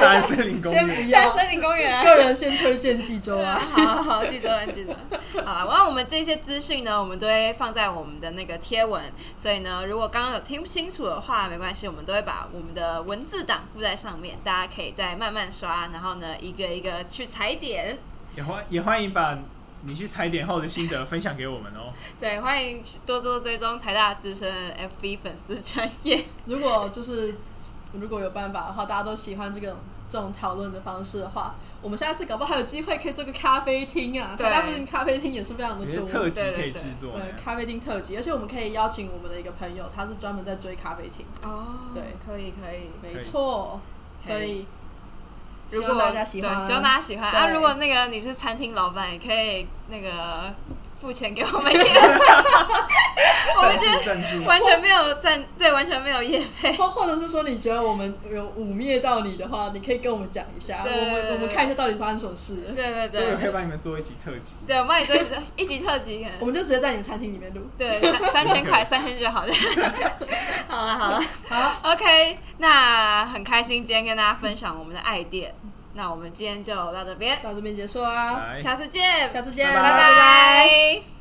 C: 大安森林公
B: 先
C: 园，
B: 不
A: 大 <laughs>
B: 要，
A: 森林公园。
B: 个人先推荐济州
A: 啊， <laughs>
B: 啊。
A: 好好好，记住了，记住了。好啦，那我们这些资讯呢，我们都会放在我们的那个贴文，所以呢，如果刚刚有听不清楚的话，没关系，我们都会把我们的文字档附在上面，大家可以再慢慢刷，然后呢，一个一个去踩点。 <laughs>
C: 也欢也欢迎把你去踩点后的心得分享给我们哦。
A: 对，欢迎多多追踪台大之声 FB 粉丝专业。
B: 如果就是如果有办法的话，大家都喜欢这个这种讨论的方式的话，我们下次搞不好还有机会可以做个咖啡厅啊！
A: 对
B: 大附近咖啡厅也是非常
C: 有
B: 的
C: 些
B: 多，
C: 特辑
A: 对对
C: 可以
A: 对
C: 制作啊呢
B: 对，咖啡厅特辑，而且我们可以邀请我们的一个朋友，他是专门在追咖啡厅，
A: 哦
B: 对
A: 可以可以。
B: 没错，
A: 可
B: 所
A: 以
B: 以
A: 如
B: 希
A: 果
B: 望大家喜欢，
A: 对希望大家喜欢啊！
B: 对
A: 如果那个你是餐厅老板，也可以那个付钱给我们 <laughs> 也。我们今
C: 赞
A: 天
C: 助赞助，
A: 完全没有赞，对，完全没有业配。
B: 或或者是说你觉得我们有污蔑到你的话，你可以跟我们讲一下，我
A: 对
B: 们我们看一下到底发生什么事了，
A: <laughs> 对对
C: 这个可以
A: 对，
C: 帮你们做一集特辑。
A: 对，我们也做一集特辑，可
B: 我
A: 能
B: 们就直接在你们餐厅里面录。
A: 对三三千 <laughs> 块，三千就好了。好啊了好了
B: 好
A: ，OK，那很开心今天跟大家分享我们的爱店，那我们今天就到这边，
B: 到这边结束啦，啊
C: 来。
A: 下次见，
B: 下次见，
A: 拜
C: 拜
A: 拜。